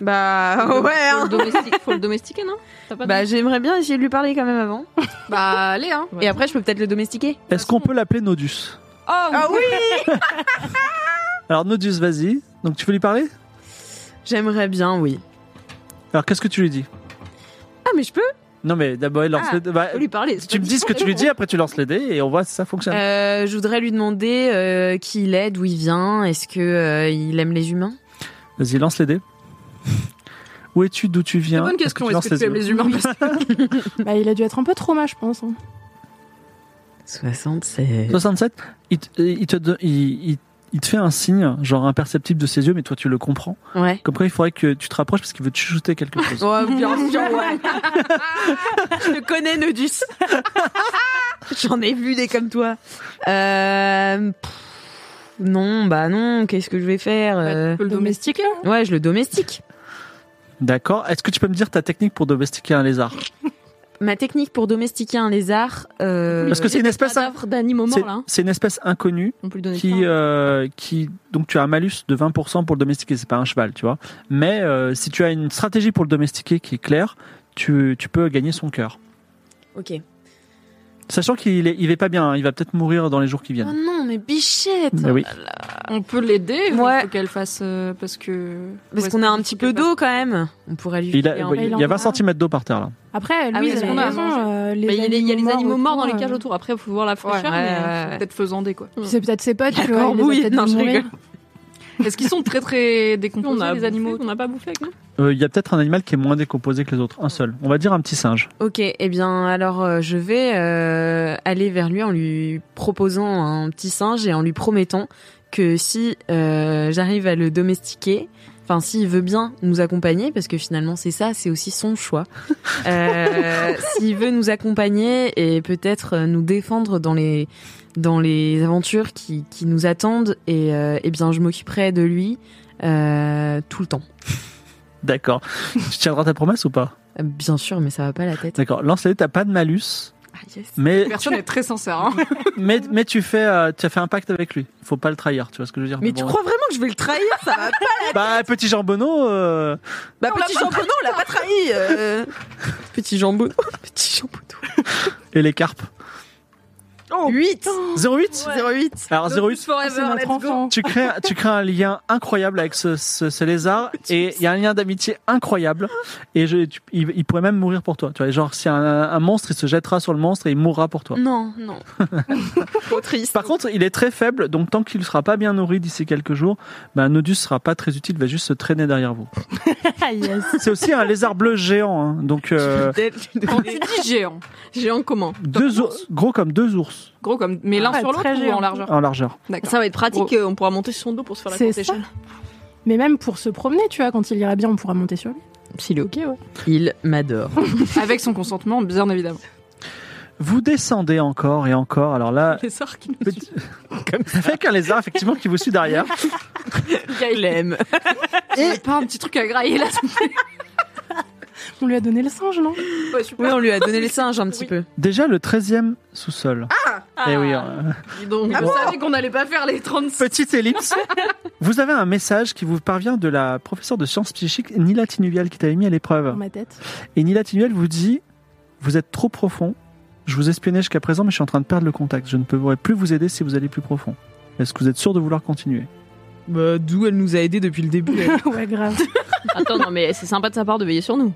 Bah ouais. Faut hein. le, domestique- faut le domestiquer, non T'as pas de- Bah j'aimerais bien essayer de lui parler quand même avant. bah allez, hein. Et après, je peux peut-être le domestiquer. Est-ce qu'on peut l'appeler Nodus Oh, oui Alors Nodus, vas-y. Donc tu veux lui parler J'aimerais bien, oui. Alors qu'est-ce que tu lui dis Ah mais je peux. Non mais d'abord il lance Ah, les dés. Bah, faut lui parler. c'est tu pas me dis ce que tu lui dis, après tu lances les dés et on voit si ça fonctionne. Euh, je voudrais lui demander euh, qui il est, d'où il vient, est-ce que euh, il aime les humains Euh. Vas-y, lance les dés. Où es-tu D'où tu viens Bonne Est-ce que question, est-ce que lances tu aimes dés les humains parce que- Bah, il a dû être un peu trauma, je pense. hein. 60, c'est. 67, il te, il, te, don- il- il- il te fait un signe, genre imperceptible de ses yeux, mais toi tu le comprends. Ouais. Comme quoi, il faudrait que tu te rapproches parce qu'il veut te chuchoter quelque chose. Ouais, Oh, bien sûr, ouais. je connais Nodus. J'en ai vu des comme toi. Euh, pff, non, bah non, qu'est-ce que je vais faire euh, Tu peux le domestiquer. Ouais, je le domestique. D'accord Est-ce que tu peux me dire ta technique pour domestiquer un lézard Ma technique pour domestiquer un lézard. euh, Parce que c'est une Pas espèce, d'œuvre d'animaux c'est- morts là. hein. c'est une espèce inconnue On peut lui donner. qui, plein. euh, qui, donc tu as un malus de 20% pour le domestiquer. C'est pas un cheval, tu vois. Mais euh, si tu as une stratégie pour le domestiquer qui est claire, tu, tu peux gagner son cœur. Ok. Sachant qu'il est, il est pas bien, hein, il va peut-être mourir dans les jours qui Oh viennent. non, mais Ah, bichette Mais oui. On peut l'aider, ou Ouais. il faut qu'elle fasse euh, parce que Parce qu'on a un petit peu d'eau quand même. On pourrait lui. Il a, filer un oui, peu, il il y a en 20 a. cm d'eau par terre là. Après, lui, Ah oui, il est-ce a qu'on a raison. mangé euh, les Bah, il y a- il y a les animaux morts dans les autour, cages euh, autour. Après, faut voir la Ouais, fraîcheur. ouais, mais- euh, ouais, ouais. peut-être faisander quoi. puis C'est peut-être ses potes, tu vois. il les a corbouille. peut-être Non, je nourris. rigole. Est-ce qu'ils sont très très décomposés On a les bouffé, animaux On n'a pas bouffé avec nous. Euh, il y a peut-être un animal qui est moins décomposé que les autres, un seul. On va dire un petit singe. Ok, eh bien alors euh, je vais euh, aller vers lui en lui proposant un petit singe et en lui promettant que si euh, j'arrive à le domestiquer, enfin s'il veut bien nous accompagner, parce que finalement c'est ça, c'est aussi son choix. Euh, s'il veut nous accompagner et peut-être euh, nous défendre dans les dans les aventures qui, qui nous attendent, et euh, eh bien je m'occuperai de lui euh, tout le temps. D'accord. tu tiendras ta promesse ou pas Euh, Bien sûr, mais ça va pas la tête. D'accord. Lance-les, t'as pas de malus, Ah, yes. mais, Personne est très sincère. hein. mais, mais tu, fais, euh, tu as fait un pacte avec lui. Faut pas le trahir, tu vois ce que je veux dire Mais tu Bon. crois vraiment que je vais le trahir ça va pas. Bah, petit jambonneau, euh, Bah petit jambonneau, on l'a pas trahi. euh. Petit jambonneau, petit jambonneau. et les carpes. 8 08 08 Alors 08, Lotus Forever, C'est notre let's go. enfant. tu crées, tu crées un lien incroyable avec ce, ce- ce lézard et il y a un lien d'amitié incroyable et je, tu- il, il pourrait même mourir pour toi. Tu vois, genre si un, un monstre, il se jettera sur le monstre et il mourra pour toi. Non, non. Trop triste. Par contre, il est très faible, donc tant qu'il ne sera pas bien nourri d'ici quelques jours, ben Nodus sera pas très utile, va juste se traîner derrière vous. C'est aussi un lézard bleu géant, hein, donc euh, Quand tu dis géant, Géant comment deux ours, gros comme deux ours gros comme, Ah, mais l'un Ouais, sur très l'autre ou géant. en largeur. en largeur. D'accord. Ça va être pratique, euh, on pourra monter sur son dos pour se faire la C'est courte ça. échelle. Mais même pour se promener, tu vois, quand il ira bien, on pourra monter sur lui. S'il est ok, ouais. Il m'adore. Avec son consentement, bien évidemment. Vous descendez encore et encore. Alors là, Les sorts qui nous petit- avec un lézard effectivement qui vous suit derrière. Il aime. Et pas un petit truc à grailler là. On lui a donné le singe, non Ouais, Oui, super. on lui a donné les singes un petit Oui. peu. Déjà le 13e sous-sol. Eh oui, Ah, euh, dis donc, Ah on bon savait qu'on n'allait pas faire les 36. petite ellipse. Vous avez un message qui vous parvient de la professeure de sciences psychiques Nila Tinuvial qui t'avait mis à Dans l'épreuve. ma tête. Et Nila Tinuvial vous dit Vous êtes trop profond. Je vous espionnais jusqu'à présent, mais je suis en train de perdre le contact. Je ne pourrai plus vous aider si vous allez plus profond. Est-ce que vous êtes sûr de vouloir continuer Bah, d'où elle nous a aidés depuis le début. elle. ouais, grave. Attends, non, mais c'est sympa de sa part de veiller sur nous.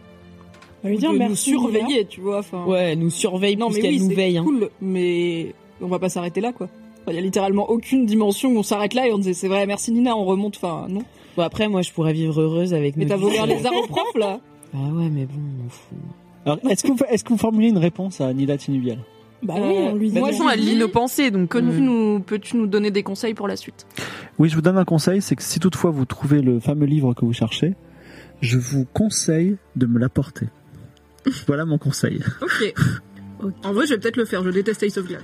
lui dire de nous merci, surveiller, tu vois. Enfin, Ouais, elle nous surveille non, plus mais qu'elle oui, nous c'est veille. hein. cool, mais on va pas s'arrêter là, quoi. Enfin, Il y a littéralement aucune dimension où on s'arrête là et on disait c'est vrai, merci Nina, on remonte. Enfin, non. Bon, après, moi, je pourrais vivre heureuse avec Mais nous. t'as volé un lézard au prof, là Ah ouais, mais bon, on m'en fout. Est-ce que, vous formulez une réponse à Nila Tinuvial Bah Euh, oui, on lui dit. bah Moi, moi, je je elle lit dis- nos pensées, donc. Que nous, euh, nous- peux-tu nous donner des conseils pour la suite Oui, je vous donne un conseil c'est que si toutefois vous trouvez le fameux livre que vous cherchez, je vous conseille de me l'apporter. voilà mon conseil. Ok. En vrai, je vais peut-être le faire, je déteste Ace of Glad.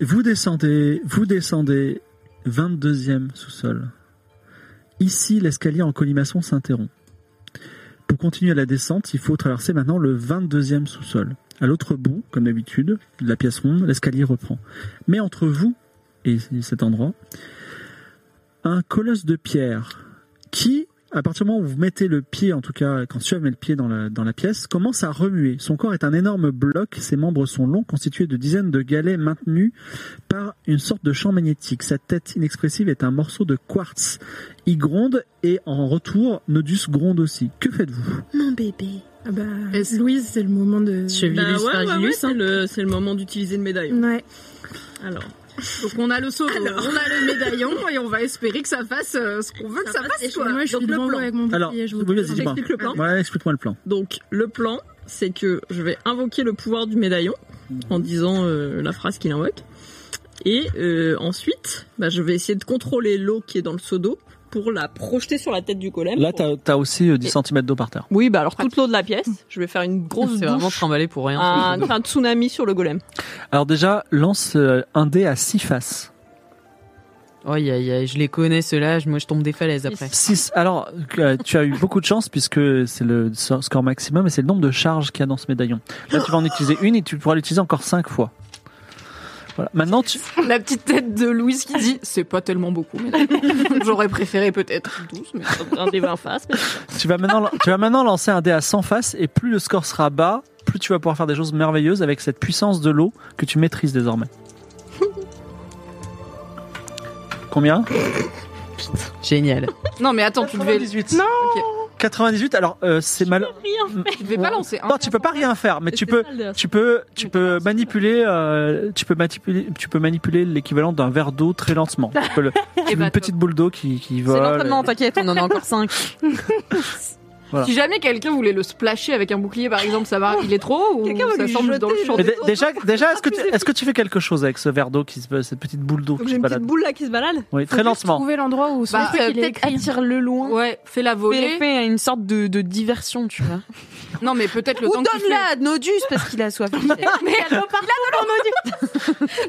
Vous descendez, vous descendez, 22e sous-sol. Ici, l'escalier en colimaçon s'interrompt. Pour continuer la descente, il faut traverser maintenant le 22e sous-sol. À l'autre bout, comme d'habitude, de la pièce ronde, l'escalier reprend. Mais entre vous et cet endroit, un colosse de pierre qui, à partir du moment où vous mettez le pied, en tout cas quand tu met le pied dans la, dans la pièce, commence à remuer. Son corps est un énorme bloc, ses membres sont longs, constitués de dizaines de galets maintenus par une sorte de champ magnétique. Sa tête inexpressive est un morceau de quartz. Il gronde et en retour, Nodus gronde aussi. Que faites-vous Mon bébé. Ah bah, Est-ce- Louise, c'est le moment de. Cheville. Bah ouais, ouais, ouais, c'est le, moment d'utiliser le médaillon. Ouais. Alors. Donc on a le saut, on a le médaillon et on va espérer que ça fasse euh, ce qu'on veut que ça, fasse. Moi, je suis devant vous avec mon Alors, bouclier. je vous oui, vas-y, pose. dis-moi. le plan. Ouais, explique-moi le plan. Donc le plan, c'est que je vais invoquer le pouvoir du médaillon en disant euh, la phrase qu'il invoque. Et euh, ensuite, bah, je vais essayer de contrôler l'eau qui est dans le seau d'eau pour la projeter sur la tête du golem. Là, Pour- t'as as aussi euh, 10 cm d'eau par terre. Oui, bah alors toute l'eau de la pièce, je vais faire une grosse C'est vraiment hein, douche, trembler pour rien. un, un tsunami sur le golem. Alors déjà, lance euh, un dé à 6 faces. Aïe, aïe, aïe, je les connais, ceux-là. je- Moi, je tombe des falaises après. 6. Alors, euh, tu as eu beaucoup de chance puisque c'est le so- score maximum et c'est le nombre de charges qu'il y a dans ce médaillon. Là, tu vas en utiliser une et tu pourras l'utiliser encore 5 fois. Voilà. Maintenant, tu, La petite tête de Louise qui dit c'est pas tellement beaucoup. mais d'accord. J'aurais préféré peut-être 12, mais Un des 20 faces. Ah, mais- tu, vas maintenant, tu vas maintenant lancer un dé à 100 faces et plus le score sera bas, plus tu vas pouvoir faire des choses merveilleuses avec cette puissance de l'eau que tu maîtrises désormais. Combien Génial. Non, mais attends, tu devais, 98. Alors, euh, c'est mal. tu devais pas lancer. un. Non, tu peux pas rien faire, mais tu peux, tu peux, tu peux manipuler, euh, tu peux manipuler, tu peux manipuler l'équivalent d'un verre d'eau très lentement. Tu peux le- tu veux bah, une petite boule d'eau qui, qui C'est vole. l'entraînement, t'inquiète, on en a encore 5. Voilà. Si jamais quelqu'un voulait le splasher avec un bouclier, par exemple, ça va, il est trop haut Quelqu'un ou va ça lui semble jeter dans le champ le- Mais des dé- autres déjà, déjà est-ce que, tu- est-ce que tu fais quelque chose avec ce verre d'eau, qui se, cette petite boule d'eau Donc qui j'ai se une petite balade boule là qui se balade. Oui, très lentement. Trouver l'endroit où son Bah, truc, euh, il est peut-être écrit. le loin. Ouais, fais-la voler. Fais, fais une sorte de, de diversion, tu vois. Non, mais peut-être le Ou temps que tu fais- donne-la à Nodus parce qu'il a soif. Mais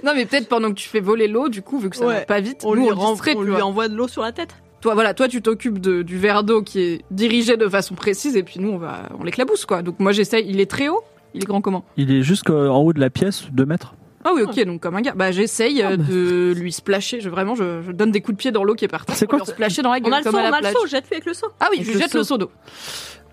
Non, mais peut-être pendant que tu fais voler l'eau, du coup, vu que ça Ouais. va pas vite, On nous, lui, on rentrait, on tu lui vois. envoie de l'eau sur la tête. Toi, voilà, toi, tu t'occupes de- du verre d'eau qui est dirigé de façon précise, et puis nous, on va, on l'éclabousse, quoi. Donc moi, j'essaye. Il est très haut. Il est grand comment Il est jusqu'en haut de la pièce, 2 mètres. Ah oui, ok, donc comme un gars. Bah, j'essaye Ah, euh, de lui splasher. Je, vraiment, je, je donne des coups de pied dans l'eau qui est par terre. C'est pour quoi lui en splasher dans la gueule On a le comme seau, à la on a le plage. seau, jette-lui avec le seau. Ah oui, Avec je le jette le seau d'eau.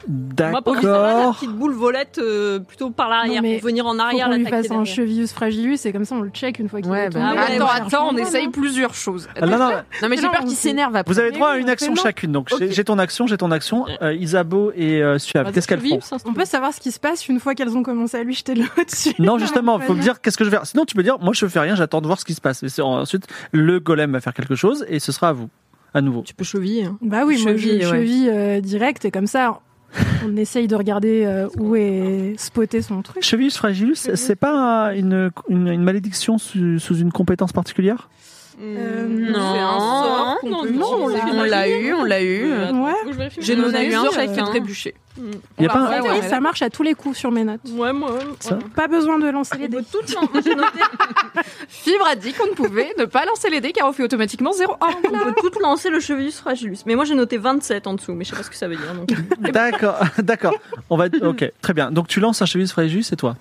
Moi, pour lui, ça Oh. va, la D'accord. petite boule volette euh, plutôt par l'arrière, Non, mais pour venir en Faut arrière, qu'on lui l'attaquer fasse un derrière. chevius fragilus et comme ça on le check une fois qu'il Ouais, est bah, tombé. Ah ouais, attends, ouais, attends, on franchement, essaye non. plusieurs choses. Ah, non, non, Non, mais j'ai Non, peur on qu'il fait- s'énerve après. vous avez droit à oui, une action mais non. chacune. Donc j'ai- Ok. j'ai ton action, j'ai ton action. Euh, Isabeau et euh, Suave, Vas-y, qu'est-ce qu'elles font vive, ça, c'est- On peut savoir ce qui se passe une fois qu'elles ont commencé à lui jeter de l'eau dessus. Non, justement, Ouais, faut me non. dire qu'est-ce que je vais faire. Sinon, tu peux dire, moi, je fais rien, j'attends de voir ce qui se passe. Et c'est- ensuite, le golem va faire quelque chose et ce sera à vous, à nouveau. Tu peux cheviller. hein. Bah oui, moi je Cheville, ouais. cheville euh, direct et comme ça on essaye de regarder euh, où est spoté son truc. Cheville fragilus, c'est pas un- une, une, une malédiction sous, sous une compétence particulière Euh, Non, C'est un sort qu'on peut non, utiliser. on on l'a eu, on l'a eu. Euh, attends, Ouais. faut que je vérifie. J'ai On en a noté eu un un chacun. chacun. trébucher. Il y a On pas va- un- ouais, Et ouais, ça marche à tous les coups sur mes notes. Ouais, moi. ouais. Ça. Pas besoin de Ah, lancer les On dés. peut tout le temps, j'ai noté. Fibre a dit qu'on ne pouvait ne pas lancer les dés car on fait automatiquement Oh, 0 1. On peut tout lancer le chevelu fragilus. Mais moi j'ai noté 27 en dessous, mais je sais pas ce que ça veut dire. Donc. D'accord, d'accord. On va. Ok, très bien. Donc tu lances un cheville fragilus, c'est toi.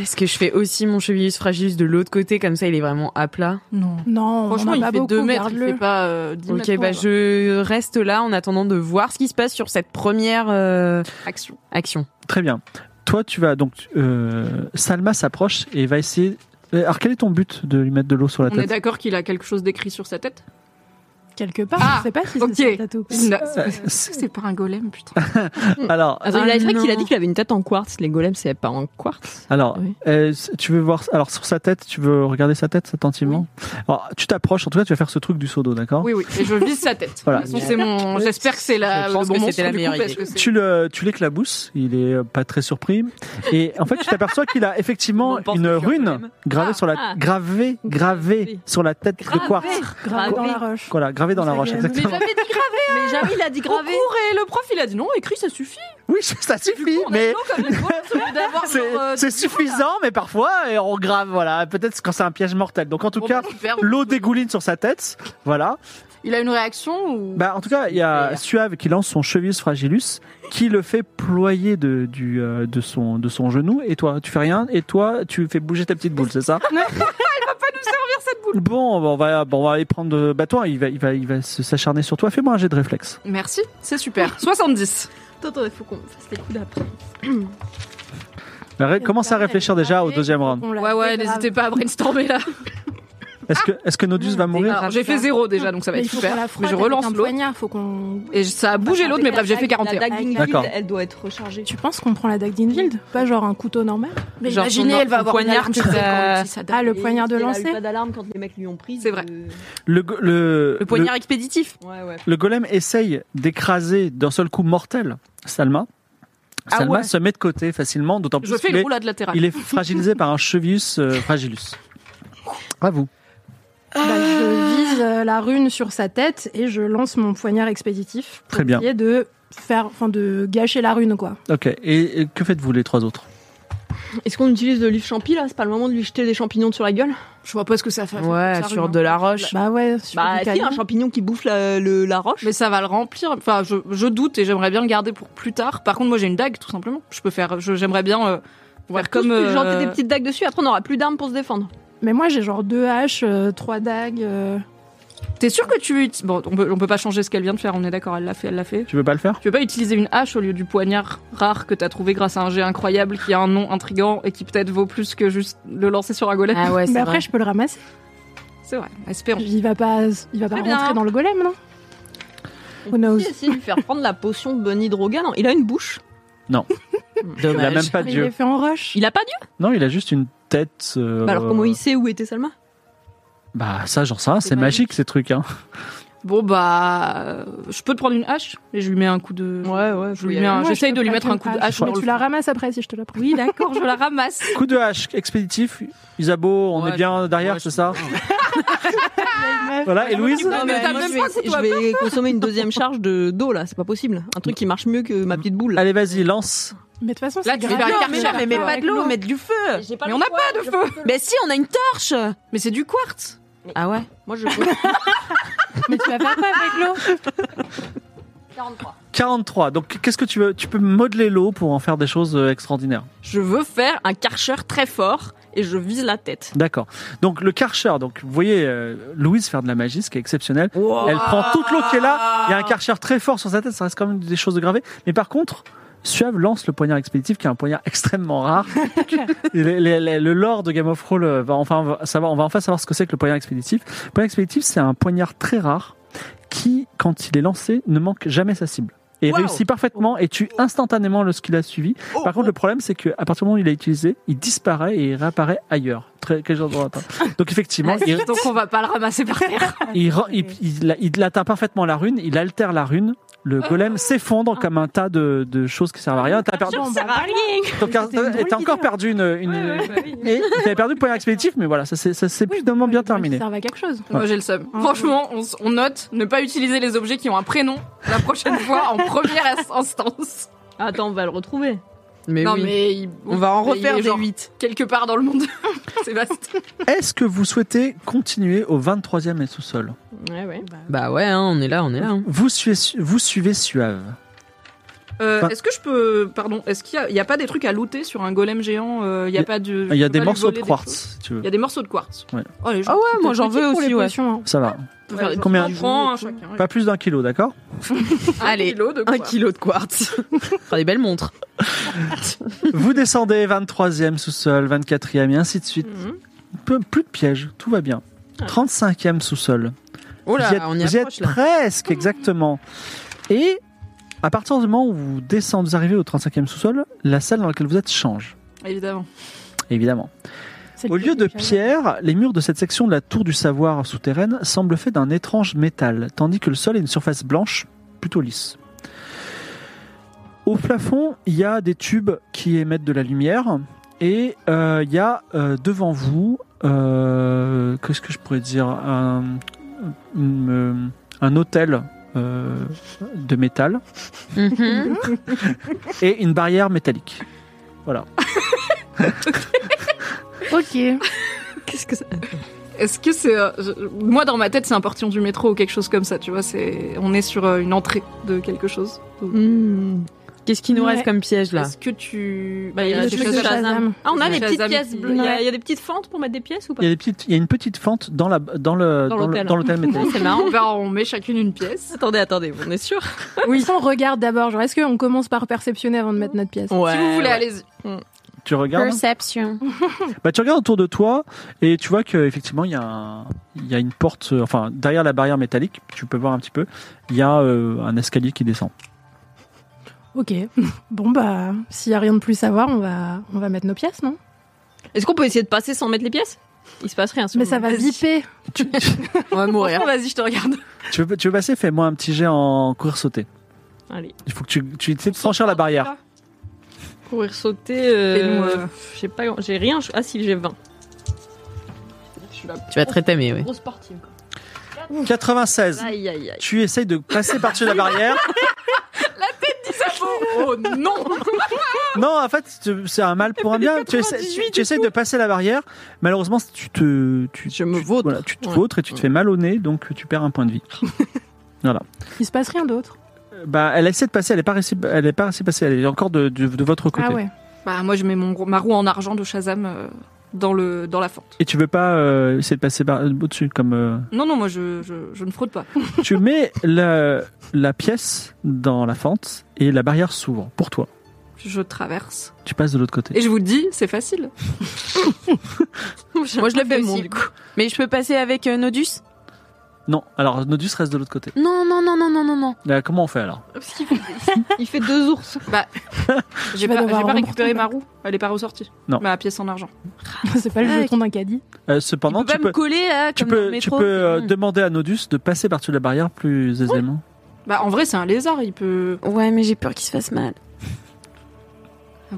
Est-ce que je fais aussi mon chevillus fragilis de l'autre côté comme ça il est vraiment à plat Non. Non, Franchement, on en a il pas fait beaucoup, 2 mètres, il garde-le. fait pas euh, 10 Ok, mètres. bah quoi. je reste là en attendant de voir ce qui se passe sur cette première euh, Action. action. Très bien. Toi, tu vas donc. euh, Salma s'approche et va essayer. Euh, Alors, quel est ton but de lui mettre de l'eau sur la On est tête d'accord qu'il a quelque chose d'écrit sur sa tête Quelque part, Ah, je sais pas si ok. c'est sur ta taupe. Euh, Est-ce que c'est pas un golem, putain Alors, Ah, il a- c'est vrai qu'il a dit non. qu'il avait une tête en quartz. Les golems, c'est pas en quartz. Alors, Oui. euh, tu veux voir alors sur sa tête, tu veux regarder sa tête attentivement. Alors, tu t'approches. En tout cas, tu vas faire ce truc du seau d'eau, d'accord Oui, oui, et je vise sa tête. Voilà. De toute façon, c'est mon... J'espère que c'est la... Je pense le bon que monstre, c'était la du coup, meilleure parce idée. que c'est- Tu le, tu l'éclabousses. Il est euh, pas très surpris. Et en fait, tu t'aperçois qu'il a effectivement On pense une que tu as un rune problème. gravée Ah, sur la ah. gravée, gravée Gravée. sur la tête de quartz. Bah, Gravé dans la roche. Voilà, gravée dans la Ça, roche, j'ai- Mais exactement. j'avais dit gravé Mais jamais il a dit Au gravé. cours et le prof il a dit non, écrit ça suffit. Oui, ça suffit, On a mais l'eau comme les golems, au lieu d'avoir c'est genre, euh, c'est suffisant, mais parfois euh, on grave, voilà. Peut-être quand c'est un piège mortel. Donc en tout bon, cas, bah, super. l'eau dégouline sur sa tête, voilà. Il a une réaction ou Bah, en tout cas, il y a Suave qui lance son chevillus fragilus, qui le fait ployer de, du, euh, de, son, de son genou. Et toi, tu fais rien. Et toi, tu fais bouger ta petite boule, c'est ça Elle va pas nous servir cette boule. Bon, bah, on va, bon, on va aller prendre le bâton. Il va, il va, il va se- s'acharner sur toi. Fais-moi un jet de réflexe. Merci, c'est super. 70. Attends, attends, il faut qu'on fasse les coups d'après. Bah, ré- commence à réfléchir déjà au deuxième round. On l'a Ouais ouais, fait grave. n'hésitez pas à brainstormer là. Est-ce que, est-ce que Nodus va mourir Alors, J'ai fait zéro déjà donc ça va Mais être il faut qu'on super. la Mais frotte je relance avec un l'autre poignard, faut qu'on... et ça a bougé l'autre mais bref, j'ai fait La 41. dague d'une D'accord. ville, elle doit être rechargée. Tu penses qu'on prend la dague d'Infield Pas genre un couteau normal Mais Genre imaginez, son- elle va son avoir une poignard alarme que qui t'as- s'appelle quand on dit ça. Ah, le poignard de Elle a eu lancer pas d'alarme quand les mecs lui ont pris. C'est vrai. de- euh, le, go- le, Le poignard expéditif. Ouais, ouais. le golem essaye d'écraser d'un seul coup mortel Salma. Ah Salma ouais. se met de côté facilement, d'autant plus Je fais qu'il une est- roulade latérale. Il est fragilisé par un chevius euh, fragilus. À vous. Bah, je vise euh, la rune sur sa tête et je lance mon poignard expéditif pour Très bien. essayer de faire, enfin de gâcher la rune quoi. Ok. Et, et que faites-vous les trois autres Est-ce qu'on utilise le livre champi là C'est pas le moment de lui jeter des champignons sur la gueule Je vois pas ce que ça fait. Ouais, ça sur rime, de hein. la roche. Bah ouais. sur Bah, du si, canon. un Champignon qui bouffe la, le- la roche Mais ça va le remplir. Enfin, je, je doute et j'aimerais bien le garder pour plus tard. Par contre, moi j'ai une dague tout simplement. Je peux faire. je- J'aimerais bien euh, faire comme. Tous euh, jeter des petites dagues dessus, après on aura plus d'armes pour se défendre. Mais moi j'ai genre deux haches, euh, trois dagues. euh. T'es sûr que tu veux uti- Bon, on peut, on peut pas changer ce qu'elle vient de faire. On est d'accord. Elle l'a fait. Elle l'a fait. Tu veux pas le faire Tu veux pas utiliser une hache au lieu du poignard rare que t'as trouvé grâce à un jet incroyable qui a un nom intrigant et qui peut-être vaut plus que juste le lancer sur un golem Ah ouais, Mais c'est Bah, après vrai. je peux le ramasser. C'est vrai. Espérons. Il va pas, il va pas Très bien. rentrer dans le golem non Who On knows peut essayer de lui faire prendre la potion de Bonhydroga. Non, il a une bouche. Il a même pas Mais de Il est dieu. fait en roche. Il a pas Dieu Non, il a juste une tête. euh, Bah, Bah Alors comment il sait où était Salma Bah ça, j'en sais rien, C'est C'est magique. magique ces trucs. Hein. Bon bah, euh, je peux te prendre une hache et je lui mets un coup de. Ouais ouais. Je lui mets. un- Moi, J'essaye je de lui peux mettre pas un coup de prendre hache. dans Mais le tu la ramasses après si je te la prends. Oui, d'accord, je la ramasse. Coup de hache expéditif. Isabeau, on Ouais, est bien derrière, c'est ça Voilà, et Louise Non, mais moi, je vais- Je vais consommer une deuxième charge de d'eau là, c'est pas possible. Un truc qui marche mieux que ma petite boule. Allez, vas-y, lance. Mais de toute façon, Là, c'est tu fais grave. un Mais karcher, non, mais mets avec pas de l'eau, l'eau. mets du feu. Mais on n'a pas de feu. Mais si, on a une torche. Mais c'est du quartz. Ah ouais. Moi je. Mais tu vas faire quoi avec l'eau 43. Donc, qu'est-ce que tu veux Tu peux modeler l'eau pour en faire des choses euh, extraordinaires. Je veux faire un karcher très fort et je vise la tête. D'accord. Donc, le karcher. Donc, vous voyez euh, Louise faire de la magie, ce qui est exceptionnel. Elle prend toute l'eau qui est là. Il y a un karcher très fort sur sa tête. Ça reste quand même des choses de gravées. Mais par contre, Suave lance le poignard expéditif, qui est un poignard extrêmement rare. Les- les- les- le lore de Game of Thrones euh, va enfin va savoir, on va enfin savoir ce que c'est que le poignard expéditif. Le poignard expéditif, c'est un poignard très rare qui, quand il est lancé, ne manque jamais sa cible. Et Wow. réussit parfaitement et tue instantanément le qu'il a suivi. Par contre, le problème, c'est qu'à partir du moment où il a utilisé, il disparaît et il réapparaît ailleurs. Très, quel genre de droit, hein. Donc, Ah, effectivement, il, Donc on va pas le ramasser par terre. il, re- il, il- il atteint parfaitement la rune, il altère la rune. Le Oh. golem s'effondre comme un tas de, de choses qui servent à rien. T'as perdu, Bon, bah, voilà. ton car- c'était une drôle et t'as encore d'idée, hein. perdu une, une- bah et t'avais perdu le point expéditif, mais voilà, ça s'est ça s'est finalement bien Ils terminé. servent à quelque chose. Moi j'ai le seum. Franchement, on, s- on note ne pas utiliser les objets qui ont un prénom la prochaine fois en première as- instance. Ah, Attends, on va le retrouver. Mais non Eh oui. mais il- On va en mais Bah, il est refaire des genre 8. quelque part dans le monde. Sébastien. Est-ce que vous souhaitez continuer au 23e et sous-sol Ouais, ouais. Bah ouais, hein, on est là, on est là. hein. vous suivez, vous suivez Suave. Euh, Enfin- est-ce que je peux pardon, est-ce qu'il y a, il y a pas des trucs à looter sur un golem géant euh, Il y a pas de Il y je a peux des pas lui morceaux de voler des choses quartz, si tu veux. Il y a des morceaux de quartz. Ouais. Oh les gens. Ah ouais, moi j'en Petit veux pour les aussi, ouais. potions, hein. Ça va. on peut faire des- Combien On prend un hein, chacun. ouais. Pas plus d'un kilo, d'accord Allez, un kilo de Un quartz. kilo de quartz. Fera des belles montres. Vous descendez 23e sous-sol, 24e et ainsi de suite. Mhm. Peu- plus de pièges, tout va bien. 35e sous-sol. Ah. Oh là, vous y êtes, on y vous y approche êtes là. presque, exactement. Et à partir du moment où vous descendez, vous arrivez au 35e sous-sol, la salle dans laquelle vous êtes change, Évidemment. évidemment. C'est le Au lieu de piège. pierre, les murs de cette section de la tour du savoir souterraine semblent faits d'un étrange métal, tandis que le sol est une surface blanche, plutôt lisse. Au plafond, il y a des tubes qui émettent de la lumière, et euh, il y a euh, devant vous, euh, qu'est-ce que je pourrais dire, un, une, euh, un hôtel euh, de métal Mhm. et une barrière métallique. Voilà. Ok. Qu'est-ce que ça Est-ce que c'est euh, je- moi dans ma tête c'est un portillon du métro ou quelque chose comme ça, tu vois, c'est on est sur euh, une entrée de quelque chose. Donc, Hmm. Qu'est-ce qui nous Ouais. reste comme piège là Est-ce que tu Bah, il y a Le des truc de choses à- Shazam. Ah, on a Ouais. les petites Shazam. pièces bleues. Il y, a- il y a des petites fentes pour mettre des pièces ou pas Il y a, des petites, il y a une petite fente dans la dans le Dans dans le- l'hôtel. dans l'hôtel métallique. Ah, C'est marrant. On va- Bah, on met chacune une pièce. attendez, attendez, on est sûr Oui. On regarde d'abord. Genre, est-ce qu'on commence par perceptionner avant de mettre notre pièce si vous voulez, ouais. allez-y. Tu regardes hein Perception. Bah, tu regardes autour de toi et tu vois qu'effectivement, il y, a un- il y a une porte, euh, enfin, derrière la barrière métallique, tu peux voir un petit peu, il y a euh, un escalier qui descend. Ok. Bon, bah, s'il n'y a rien de plus à voir, on va, on va mettre nos pièces, non Est-ce qu'on peut essayer de passer sans mettre les pièces Il se passe rien. Mais ça va viper. On va mourir. Franchement, Vas-y, je te regarde. Tu veux, tu veux passer Fais-moi un petit jet en courir sauter. Allez. Il faut que tu, tu essaies de franchir la barrière. Courir, sauter. euh, Fais-nous, euh, Je sais pas, j'ai rien. je- Ah si, j'ai 20. Je suis la Tu vas très t'aimer, oui. grosse sportive. 96. Aïe aïe aïe. Tu essayes de passer par-dessus la barrière. Oh non Non, en fait, tu- c'est un mal pour un bien. Tu essaies, tu essaies de passer la barrière. Malheureusement, tu te. Tu, Je me tu- vautre. voilà, tu te Ouais. vautres et tu te fais mal au nez, donc tu perds un point de vie. Il se passe rien d'autre. Bah, elle essaie de passer, elle n'est pas réussi, elle est pas réussi à passer, elle est encore de, de- de votre côté. Ah ouais. Bah, moi, je mets mon, gros- ma roue en argent de Shazam euh, dans, le, dans la fente. Et tu veux pas euh, essayer de passer par au-dessus comme euh, Non, non, moi, je, je, je ne fraude pas. tu mets la, la pièce dans la fente et la barrière s'ouvre pour toi. Je traverse. Tu passes de l'autre côté. Et je vous le dis, c'est facile. Moi je le fais Aussi. mon du coup. Mais je peux passer avec euh, Nodus Non, alors Nodus reste de l'autre côté. Non, non, non, non, non, non, non, non. Là, comment on fait alors Parce qu'il fait, il fait deux ours. Bah, j'ai Tu vas pas, j'ai devoir pas rembourser, récupéré bah. ma roue. Elle est pas ressortie. Non. Ma pièce en argent. C'est pas le jeton d'un caddie. Euh, Cependant, On peut tu pas peux, me coller là, tu comme dans le peux, tu métro. peux euh, Mm. demander à Nodus de passer par-dessus la barrière plus aisément. Bah, en vrai, c'est un lézard. Il peut. Ouais, mais j'ai peur qu'il se fasse mal.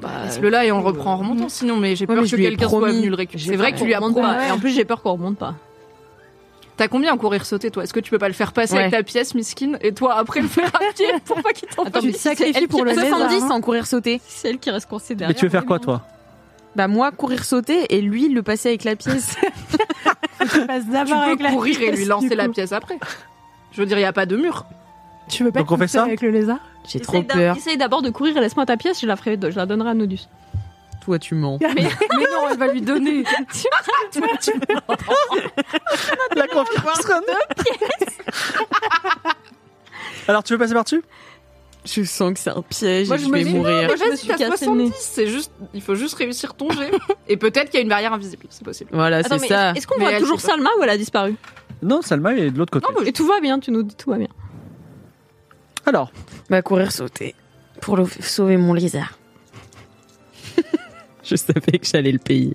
Bah, Laisse-le là et on le reprend en remontant. Sinon, mais j'ai Ouais, peur mais je que lui ai quelqu'un soit promis. venu le récupérer. J'ai C'est vrai peur que tu lui as qu'on remonte promis. pas. Et en plus, j'ai peur qu'on remonte pas. T'as combien en courir sauter, toi Est-ce que tu peux pas le faire passer Ouais. avec ta pièce, Miskin, et toi après le faire à pied pour pas qu'il t'en Attends, fasse mais c'est elle qui- 70 hein. hein. en courir sauter. C'est elle qui reste coincée derrière. Mais tu veux faire quoi, toi Bah moi courir sauter et lui le passer avec la pièce. Tu passes d'abord Tu avec peux la courir et lui pièce, lancer du la coup. pièce après. Je veux dire, il y a pas de mur. Tu veux pas Donc on fait pousser ça avec le lézard J'ai trop peur. Essaye d'abord de courir et laisse-moi ta pièce, je la, ferai, je la donnerai à Nodus. Ah, Toi tu mens. Mais non, elle va lui donner. La confiance Alors, tu veux passer par-dessus Je sens que c'est un piège Moi, et je je me vais dis, mourir. Mais Je me vas-y, suis t'as cassé le nez. 70. C'est juste, il faut juste réussir ton jet. Et peut-être qu'il y a une barrière invisible. C'est possible. Voilà, Attends, c'est mais ça. Est-ce qu'on Mais voit elle, toujours c'est pas- Salma ou elle a disparu Non, Salma elle est de l'autre côté. Et tout va bien, tu nous dis tout va bien. Alors, Bah courir sauter pour le- sauver mon lézard. je savais que j'allais le payer.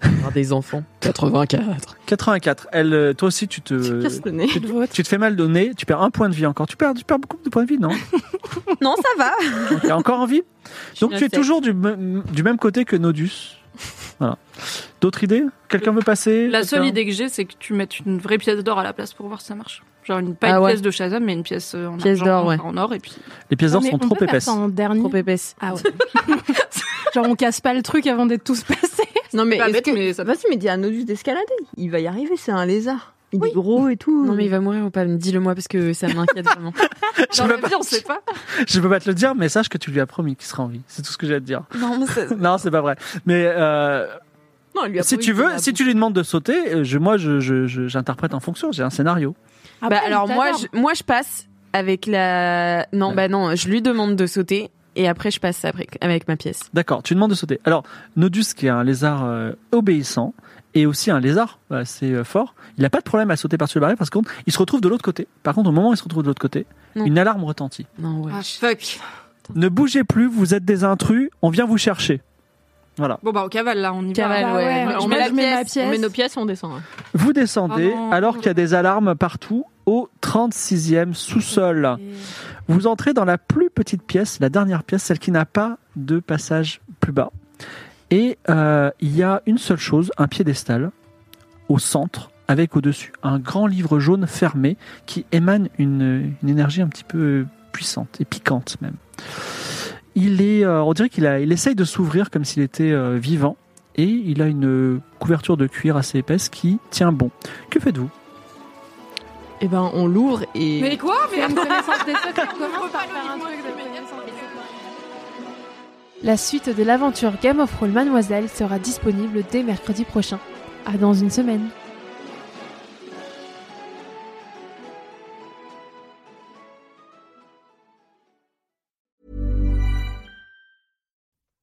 Avoir des enfants. 84. 84. Elle, euh, toi aussi, tu Tu te, casses le nez. tu, te- tu te fais mal donner. Tu perds un point de vie encore. Tu perds, tu perds beaucoup de points de vie, non Non, ça va. T'es encore en vie Je Donc suis tu es infecte. toujours du, me- du même côté que Nodus. Voilà. D'autres idées Quelqu'un veut passer La seule Quelqu'un idée que j'ai, c'est que tu mettes une vraie pièce d'or à la place pour voir si ça marche. Genre une, pas Ah une ouais. pièce de Shazam, mais une pièce euh, en Pièce argent, d'or, ouais. en or, et puis Les pièces Non, d'or mais sont on trop peut faire épaisses. ça en dernier. Trop épaisse. Ah ouais. Genre on casse pas le truc avant d'être tous passés. Non, mais. Bah, est-ce bête, que- mais ça- Vas-y, mais dis à Nodus d'escalader. Il va y arriver, c'est un lézard. Il est gros et tout. Non mais il va mourir ou pas Dis-le moi parce que ça m'inquiète vraiment. dans peux la vie, on sait pas. Je peux pas te le dire, mais sache que tu lui as promis qu'il sera en vie. C'est tout ce que j'ai à te dire. non mais ça... Non, c'est pas vrai. Mais euh, Non, elle lui a si promis tu qu'il veux, la si tu lui demandes de sauter, euh, je, moi, je- je- je- j'interprète en fonction. J'ai un scénario. bah alors moi je, moi je passe avec la non Ouais. bah non je lui demande de sauter et après je passe après avec ma pièce. D'accord, tu demandes de sauter. Alors, Nodus, qui est un lézard euh, obéissant, et aussi un lézard assez euh, fort, il n'a pas de problème à sauter par-dessus la barrière, parce contre, il se retrouve de l'autre côté. Par contre, au moment où il se retrouve de l'autre côté, Non. une alarme retentit. Non ouais. Ah, fuck. Ne bougez plus, vous êtes des intrus, on vient vous chercher. Voilà. Bon, bah, au cavale, là, on y va. Cavale, Bah ouais. ouais, Alors, je on mets met la la je mets ma pièce, On pièce. met nos pièces, on descend. hein. Vous descendez, Oh non. alors qu'il y a des alarmes partout, au 36e sous-sol. Vous entrez dans la plus petite pièce, la dernière pièce, celle qui n'a pas de passage plus bas. Et euh, il y a une seule chose, un piédestal au centre, avec au-dessus un grand livre jaune fermé qui émane une, une énergie un petit peu puissante et piquante même. Il est, euh, on dirait qu'il a, il essaye de s'ouvrir comme s'il était euh, vivant et il a une couverture de cuir assez épaisse qui tient bon. Que faites-vous Eh ben, on l'ouvre et. Mais quoi Mais Une connaissance des secrets, on On commence peut pas par le faire un livre, truc de mais il y a connaissance des secrets. La suite de l'aventure Game of Roll Mademoiselle sera disponible dès mercredi prochain. À dans une semaine.